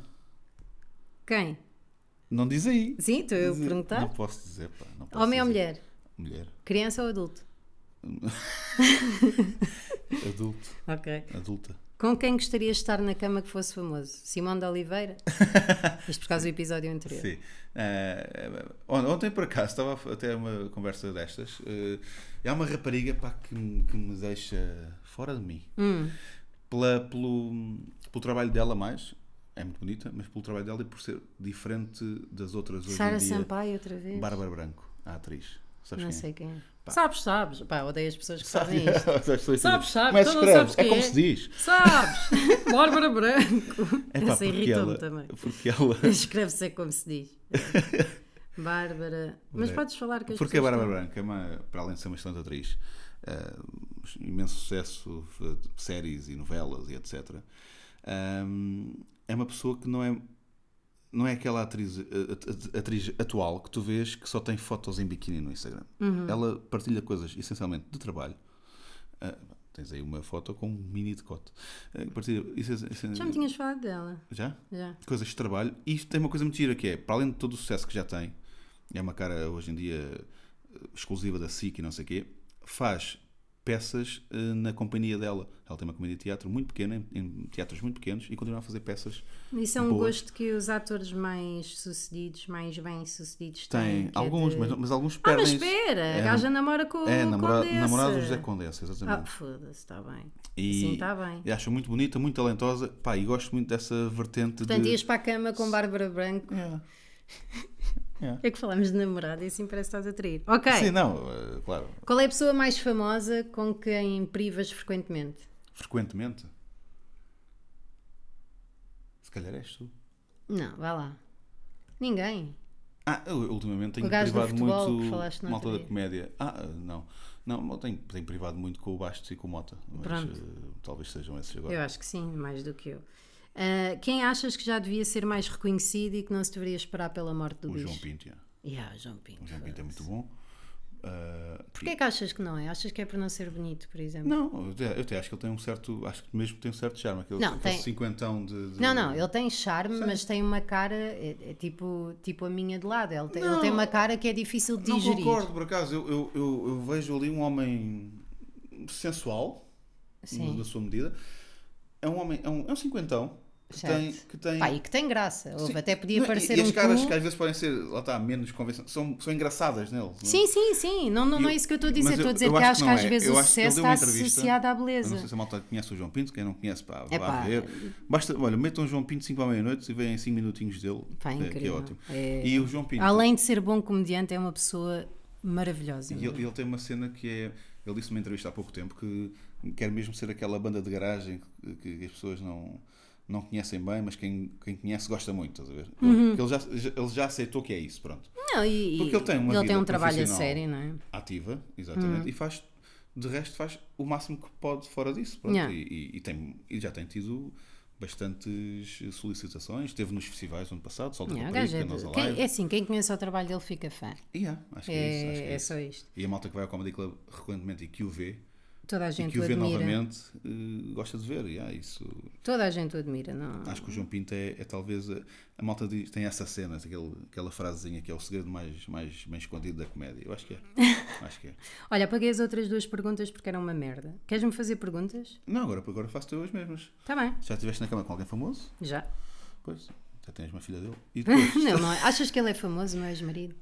C: Quem?
B: Não diz aí.
C: Sim, estou eu a
B: Não
C: perguntar.
B: posso dizer, pá. Não posso
C: Homem ou
B: dizer.
C: mulher?
B: Mulher.
C: Criança ou adulto?
B: Adulto.
C: Ok.
B: Adulta.
C: Com quem gostarias de estar na cama que fosse famoso? Simão de Oliveira? Isto por causa do episódio anterior.
B: Sim. Eh, on- ontem, por acaso, estava a f- a ter uma conversa destas. eh, e há uma rapariga pá, que, me- que me deixa fora de mim.
C: Hum.
B: Pela- pelo, pelo trabalho dela, mais. É muito bonita, mas pelo trabalho dela e por ser diferente das outras hoje
C: Sara
B: em dia.
C: Sampaio, outra vez?
B: Bárbara Branco, a atriz. Sabes
C: Não
B: quem é?
C: sei quem é. Sabes, sabes. Pá, odeio as pessoas que
B: Sabe-
C: fazem isto.
B: Sabes, sabes,
C: Sabes, sabes,
B: Como é que
C: tu
B: se
C: não
B: escreve?
C: sabes
B: É
C: quem
B: como
C: é.
B: se diz.
C: Sabes! Bárbara Branco.
B: É pá, porque
C: Essa irritou-me
B: ela,
C: também.
B: porque ela
C: Escreve-se é como se diz. Bárbara. Mas
B: É.
C: podes falar que as
B: Porque a
C: pessoas
B: Bárbara Branca, é uma, para além de ser uma excelente atriz, eh, imenso sucesso, eh, de séries e novelas e etc. ehm, é uma pessoa que não é não é aquela atriz, eh, at- atriz atual que tu vês que só tem fotos em biquíni no Instagram.
C: Uhum.
B: Ela partilha coisas essencialmente de trabalho. Ah, tens aí uma foto com um mini decote. Eh, partilha, isso- isso- é,
C: Já me tinhas falado dela.
B: já?
C: Já.
B: coisas de trabalho. E isto tem uma coisa muito gira que é, para além de todo o sucesso que já tem, é uma cara hoje em dia eh, exclusiva da SIC e não sei o quê, faz peças eh, na companhia dela. Ela tem uma companhia de teatro muito pequena, em, em teatros muito pequenos, e continua a fazer peças.
C: Isso é um
B: Boas.
C: gosto que os atores mais sucedidos, mais bem-sucedidos têm.
B: Tem
C: que é
B: alguns,
C: de-
B: mas, mas alguns
C: Ah,
B: perdem.
C: mas
B: isso.
C: espera,
B: É,
C: a gaja namora com
B: é,
C: o
B: namora-
C: Condessa.
B: namorada do José Condessa,
C: Ah,
B: exatamente.
C: foda-se, está bem.
B: e,
C: Sim, está bem.
B: e acho muito bonita, muito talentosa. Pá, e gosto muito dessa vertente
C: Portanto,
B: de...
C: ias para a cama com Bárbara Branco.
B: Yeah.
C: É que falamos de namorado e assim parece que estás a trair. Ok.
B: Sim, não, eh, claro.
C: Qual é a pessoa mais famosa com quem privas frequentemente?
B: Frequentemente. Se calhar és tu.
C: Não, vai lá. Ninguém.
B: Ah, eu eu ultimamente tenho
C: O gajo do
B: privado
C: futebol que falaste
B: muito
C: no
B: malta da
C: outro dia.
B: comédia. Ah, não. Não, eu tenho, tenho privado muito com o Bastos e com o Mota. Mas
C: Pronto.
B: eh, talvez sejam esses agora.
C: Eu acho que sim, mais do que eu. Ah, quem achas que já devia ser mais reconhecido e que não se deveria esperar pela morte do
B: o
C: bicho?
B: João Pinto, yeah.
C: Yeah, o João Pinto.
B: O João Pinto é muito bom. Ah,
C: Porquê é que achas que não é? Achas que é por não ser bonito, por exemplo?
B: Não, eu até, eu até acho que ele tem um certo. Acho que mesmo tem um certo charme. Aquele,
C: Não,
B: aquele
C: tem-
B: cinquentão de, de-
C: Não, não, ele tem charme, mas tem uma cara, é, é tipo, tipo a minha de lado. Ele tem, ele
B: Não.
C: tem uma cara que é difícil de
B: Não
C: digerir.
B: concordo, por acaso. Eu, eu, eu, eu vejo ali um homem sensual,
C: Sim.
B: na sua medida. É um homem. É um, é um cinquentão que
C: Certo.
B: tem. Que tem
C: Pá, e que tem graça. Houve,
B: Sim.
C: até podia
B: Não, e-
C: parecer
B: e,
C: um
B: as caras
C: cu.
B: que às vezes podem ser, lá está, menos convencionais, são, são engraçadas nele. não é?
C: Sim, sim, sim. Não, não, não é isso que eu estou a dizer.
B: Mas
C: Estou a dizer
B: eu
C: que acho que
B: não
C: às
B: é.
C: vezes
B: Eu
C: o
B: acho que ele
C: sucesso
B: deu uma
C: está
B: entrevista-
C: associado à
B: Eu não sei
C: beleza.
B: se a malta conhece o João Pinto, quem não conhece, pá,
C: É
B: vá
C: pá.
B: ver. Basta, olha, metam o João Pinto 5 à meia-noite e veem 5 minutinhos dele.
C: Pá,
B: que é- que é
C: incrível.
B: ótimo.
C: É-
B: E o João Pinto,
C: Além de ser bom comediante, é uma pessoa maravilhosa.
B: e ele, ele tem uma cena que é. Ele disse numa entrevista há pouco tempo que quer mesmo ser aquela banda de garagem que, que as pessoas não, não conhecem bem, mas quem, quem conhece gosta muito, estás a ver?
C: Uhum.
B: Porque Ele, já, já- ele já aceitou que é isso, pronto.
C: Não, e, e
B: Porque ele tem uma vida
C: um trabalho a
B: profissional.
C: sério, não é?
B: Ativa,
C: Uhum.
B: exatamente, e faz. De resto, faz o máximo que pode fora disso. Pronto.
C: Yeah.
B: E, e- e tem, e já tem tido bastantes solicitações. Esteve nos festivais do ano passado, Sol da
C: Não, o gajo
B: Rapariga,
C: é,
B: Nós
C: do-
B: Alive.
C: quem- é assim, quem conhece o trabalho dele fica fã.
B: E há, acho que é, isso. Acho que
C: É,
B: é
C: é
B: isso.
C: só isto.
B: E a malta que vai ao Comedy Club frequentemente e que o vê,
C: Toda a
B: e
C: gente
B: que
C: o
B: o vê
C: admira.
B: novamente, eh, gosta de ver. e há isso.
C: Toda a gente o admira, não?
B: Acho que o João Pinto é, é talvez. A, a malta diz- tem essa cena, aquele, aquela frasezinha que é o segredo mais, mais bem escondido da comédia. Eu acho que é. acho que é.
C: Olha, apaguei as outras duas perguntas porque eram uma merda. Queres-me fazer perguntas?
B: Não, agora, agora faço-te eu as mesmas.
C: Está bem,
B: Já estiveste na cama com alguém famoso?
C: já.
B: Pois, já tens uma filha dele. E depois,
C: Não, não é. Achas que ele é famoso, não é ex-marido?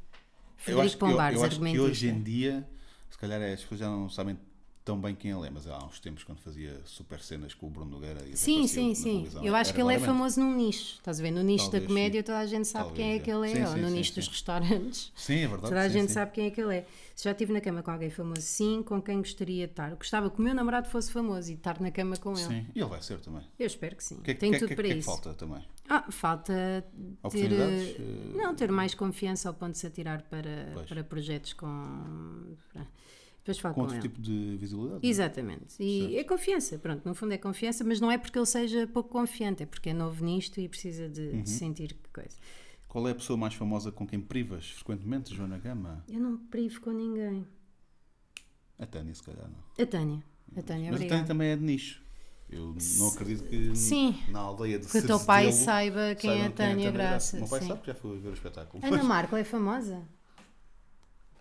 B: eu acho,
C: Frederico
B: que, eu,
C: Pombares,
B: eu acho que
C: argumentista.
B: hoje em dia, se calhar é, as pessoas já não sabem tão bem quem ele é, mas há uns tempos quando fazia super cenas com o Bruno Nogueira. e
C: Sim,
B: aparecia
C: sim,
B: na
C: sim.
B: televisão,
C: Eu acho
B: era
C: que ele é
B: raramente.
C: famoso num nicho. Estás a ver? No nicho da
B: Talvez,
C: comédia
B: sim.
C: toda a gente sabe
B: Talvez,
C: quem é
B: é.
C: que ele é.
B: Sim,
C: ou
B: sim,
C: no
B: sim,
C: nicho dos
B: sim.
C: restaurantes.
B: Sim, é verdade.
C: Toda a
B: sim,
C: gente
B: sim.
C: sabe quem é que ele é. Se já estive na cama com alguém famoso, sim. Com quem gostaria de estar? Gostava que o meu namorado fosse famoso e de estar na cama com ele.
B: Sim, e ele vai ser também.
C: Eu espero que sim.
B: O que é que,
C: Tenho
B: que é-
C: tudo
B: que é-
C: para
B: que é que
C: isso.
B: falta também?
C: Ah, falta ter,
B: Oportunidades,
C: eh, não, ter mais confiança ao ponto de se atirar para,
B: Pois.
C: para projetos com. pra- Depois falo
B: Com
C: com,
B: outro
C: ele.
B: tipo de visibilidade? não é?
C: Exatamente. E é confiança, pronto, no fundo é confiança, mas não é porque ele seja pouco confiante, é porque é novo nisto e precisa de,
B: Uhum.
C: de sentir que coisa.
B: Qual é a pessoa mais famosa com quem privas frequentemente, Joana Gama?
C: Eu não me privo com ninguém.
B: A Tânia, se calhar não.
C: A Tânia.
B: Mas
C: A Tânia,
B: a Tânia
C: obrigada.
B: também é de nicho. Eu não acredito que
C: Sim.
B: na aldeia de
C: Que o teu pai
B: Cercedelo
C: saiba quem é a
B: saibam
C: Tânia Graça.
B: O meu pai
C: sim.
B: sabe que já foi ver o espetáculo.
C: Ana Marco é famosa?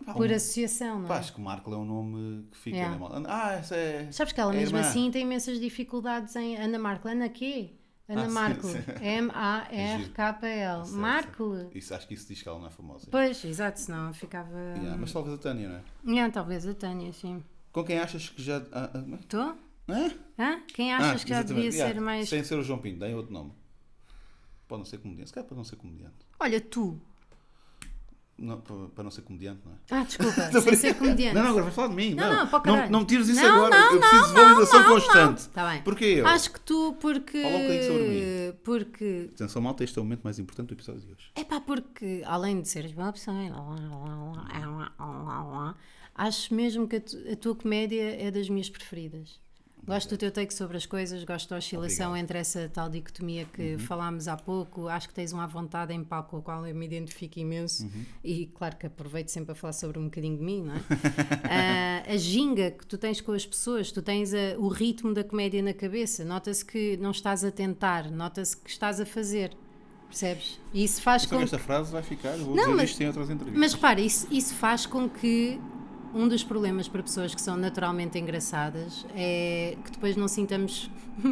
B: Pá,
C: Por
B: um-
C: associação, não
B: pá,
C: é?
B: acho que Marco é um nome que fica
C: Yeah.
B: na mal. Ah, essa é.
C: Sabes que ela
B: é a
C: mesmo
B: irmã.
C: assim tem imensas dificuldades em Ana Marco. Ana quê? Ana
B: Ah, sim,
C: Marco.
B: sim.
C: M-A-R-K-L.
B: Certo,
C: Marco.
B: certo. Isso, acho que isso diz que ela não é famosa.
C: Pois, exato, senão ficava.
B: Yeah, mas talvez a Tânia, não é?
C: Não, talvez a Tânia, sim.
B: Com quem achas que já. Ah, ah,
C: Estou?
B: ah?
C: Hã? Quem achas
B: Ah,
C: que já devia
B: exatamente, yeah.
C: ser mais.
B: Sem ser o João Pinto, dêem outro nome. Pode não ser comediante. Se calhar para não ser comediante.
C: Olha, tu.
B: Não, para, para não ser comediante, não é?
C: Ah, desculpa, sem ser comediante.
B: Não, não, agora vai falar de mim.
C: Não, não,
B: Não,
C: para o caralho.
B: não me tires isso
C: Não,
B: agora.
C: não,
B: eu preciso de validação constante.
C: Está Tá bem.
B: Porquê eu?
C: Acho que tu, porque.
B: Fala um bocadinho sobre
C: Porque.
B: Atenção, malta, este é o momento mais importante do episódio de hoje.
C: É pá, porque além de seres uma opção, é lá, lá, lá, lá, lá, lá, lá, lá, acho mesmo que a, tu- a tua comédia é das minhas preferidas. Gosto do teu take sobre as coisas, gosto da oscilação
B: Obrigado. Uhum.
C: entre essa tal dicotomia que falámos há pouco. Acho que tens uma vontade em palco com a qual eu me identifico imenso
B: Uhum.
C: e, claro, que aproveito sempre a falar sobre um bocadinho de mim, não é? Ah, a ginga que tu tens com as pessoas, tu tens a- o ritmo da comédia na cabeça. Nota-se que não estás a tentar, nota-se que estás a fazer. Percebes? E isso faz
B: Só que
C: com
B: esta frase vai ficar, eu vou
C: Não,
B: dizer
C: mas-
B: isto em outras entrevistas.
C: mas repara, isso, isso faz com que um dos problemas para pessoas que são naturalmente engraçadas é que depois não sintamos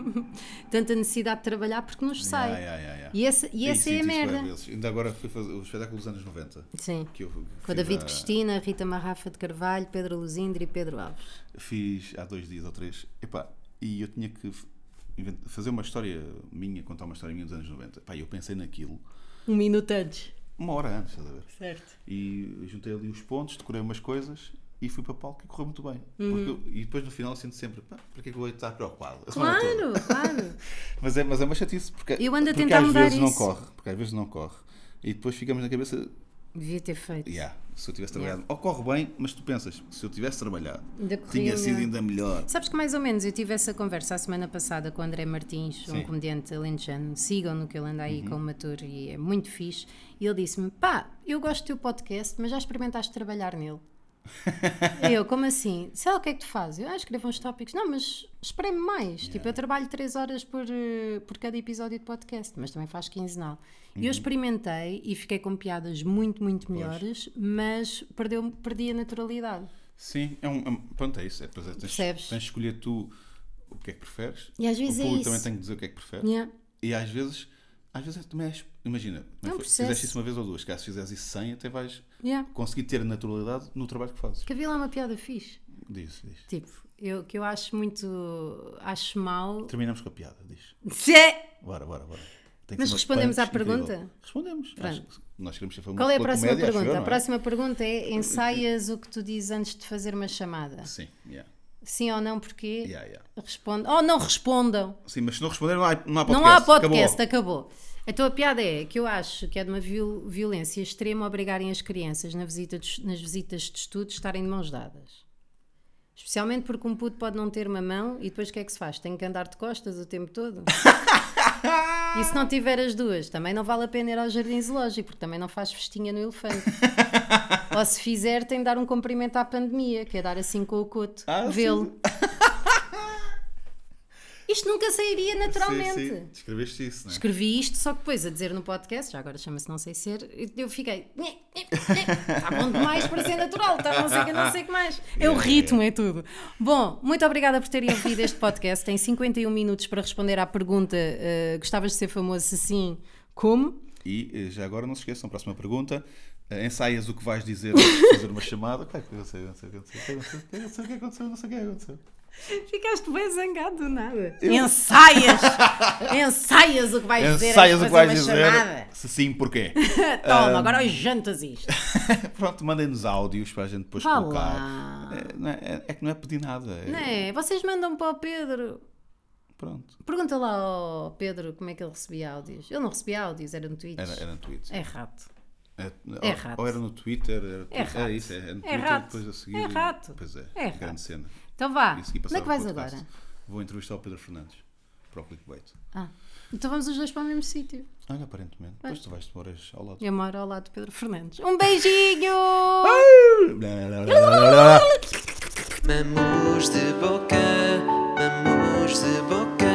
C: tanta necessidade de trabalhar porque nos sai.
B: Ya, ya, ya, ya.
C: E essa, e
B: Tenho
C: essa
B: sentido
C: é a
B: isso várias
C: merda.
B: vezes. Ainda agora fui fazer o espetáculo dos anos 90.
C: Sim.
B: Que eu
C: Com a
B: fiz
C: David
B: há-
C: Cristina, Rita Marrafa de Carvalho, Pedro Luzindre e Pedro Alves.
B: Fiz há dois dias ou três. Epá, e eu tinha que f- invent- fazer uma história minha, contar uma história minha dos anos 90. Epá, eu pensei naquilo
C: Um minuto antes.
B: uma hora antes, estás a ver?
C: Certo.
B: E juntei ali os pontos, decorei umas coisas e fui para palco e correu muito bem.
C: Hum.
B: Porque eu- e depois no final eu sinto sempre, pá, para que é que eu vou estar preocupado? A semana toda?"
C: Claro, claro.
B: Mas é, mas é uma chatice, porque,
C: Eu ando a
B: porque
C: tentar
B: às
C: mudar
B: vezes não
C: isso.
B: corre, porque às vezes não corre. E depois ficamos na cabeça,
C: Devia ter feito.
B: yeah, se eu tivesse trabalhado, ou corre bem, mas tu pensas, se eu tivesse trabalhado,
C: Ainda corria
B: tinha sido
C: melhor.
B: ainda melhor.
C: Sabes que mais ou menos eu tive essa conversa a semana passada com o André Martins,
B: Sim.
C: um comediante alentejano. Sigam-no que ele anda aí com uma tour e é muito fixe. E ele disse-me: pá, eu gosto do teu podcast, mas já experimentaste trabalhar nele? E eu, como assim? Sei lá o que é que tu fazes? Eu, ah, escrevo uns tópicos. Não, mas esperei-me mais. Tipo, eu trabalho 3 horas por, eh, por cada episódio de podcast, mas também faz quinzenal. E eu experimentei e fiquei com piadas muito, muito melhores, mas perdeu, perdi a naturalidade.
B: Sim, é um, é um- pronto, é isso. É, pois é, tens,
C: Percebes?
B: tens de escolher tu o que é que preferes.
C: E às vezes
B: o
C: é
B: público
C: isso.
B: também tem que dizer o que é que prefere.
C: Yeah.
B: E às vezes, às vezes também és, imagina,
C: É um
B: foi-
C: processo.
B: fizeste isso uma vez ou duas, cá se fizeres isso 100, até vais
C: Yeah.
B: conseguir ter naturalidade no trabalho que fazes.
C: Que havia lá uma piada fixe.
B: Diz, diz.
C: Tipo, eu, que eu acho muito. Acho mal.
B: Terminamos com a piada, diz.
C: Zé!
B: Bora, bora, bora. Tem que
C: Mas
B: ser uma
C: respondemos à
B: punch incrível.
C: pergunta?
B: Respondemos. Acho que nós queremos ser famosos
C: Qual é a
B: pela
C: próxima
B: comédia, acho
C: pergunta?
B: eu, não
C: A
B: é?
C: próxima pergunta é: ensaias o que tu dizes antes de fazer uma chamada?
B: Sim, yeah.
C: Sim ou não, porquê?
B: Yeah, yeah.
C: Responde. Oh, não respondam!
B: Sim, mas se não responder, não há, não há podcast.
C: não há podcast,
B: Acabou.
C: acabou. A tua piada é que eu acho que é de uma viol- violência extrema obrigarem as crianças na visita de- nas visitas de estudo estarem de mãos dadas. Especialmente porque um puto pode não ter uma mão e depois o que é que se faz? Tem que andar de costas o tempo todo? E se não tiver as duas, também não vale a pena ir ao jardim zoológico, porque também não faz festinha no elefante. Ou se fizer, tem de dar um cumprimento à pandemia, que é dar assim com o coto,
B: Ah,
C: vê-lo. Isto nunca sairia naturalmente.
B: Sim, sim. Escreveste isso, não é?
C: Escrevi isto, só que depois a dizer no podcast, já agora chama-se Não Sei Ser, eu fiquei. "Nhé, nhé, nhé". Está bom demais para ser natural, está não sei o que, não sei o que mais. É o
B: Yeah,
C: ritmo, é tudo. Bom, muito obrigada por terem ouvido este podcast. Tem 51 minutos para responder à pergunta: eh, gostavas de ser famoso? Se sim, como?
B: E eh, já agora não se esqueçam, próxima pergunta. eh, Ensaias o que vais dizer antes de fazer uma chamada. Claro que eu não sei, não sei, não sei, não sei, não sei o que aconteceu, não sei o que aconteceu.
C: Ficaste bem zangado do nada. Ensaias! Ensaias o que vais dizer
B: Ensaias o que
C: antes de fazer
B: vais
C: uma
B: dizer. Ah.
C: chamada.
B: Se sim, porquê?
C: Toma, agora hoje jantas isto.
B: Pronto, mandem-nos áudios para a gente depois
C: Vá
B: colocar.
C: lá.
B: É, não é, é que não é pedir nada. é-
C: Não é? Vocês mandam para o Pedro.
B: Pronto.
C: Pergunta lá ao Pedro como é que ele recebia áudios. Ele não recebia áudios, era no Twitch.
B: Era, era no Twitter.
C: É rato.
B: É-
C: É
B: ou-
C: rato.
B: ou, era no Twitter, era, Twitter,
C: rato.
B: era isso, é, no Twitter,
C: rato.
B: depois a seguir.
C: É rato.
B: Pois é,
C: É
B: grande
C: rato.
B: cena.
C: Então vá.
B: E a seguir
C: Onde é
B: passava
C: que vais
B: o podcast.
C: agora?
B: Vou entrevistar o Pedro Fernandes para o clickbait.
C: Ah, então vamos os dois para o mesmo sítio.
B: Olha, aparentemente, depois tu vais de moras ao lado.
C: Eu moro ao lado do Pedro Fernandes. Um beijinho!
A: Mamus de boca, mamus de boca,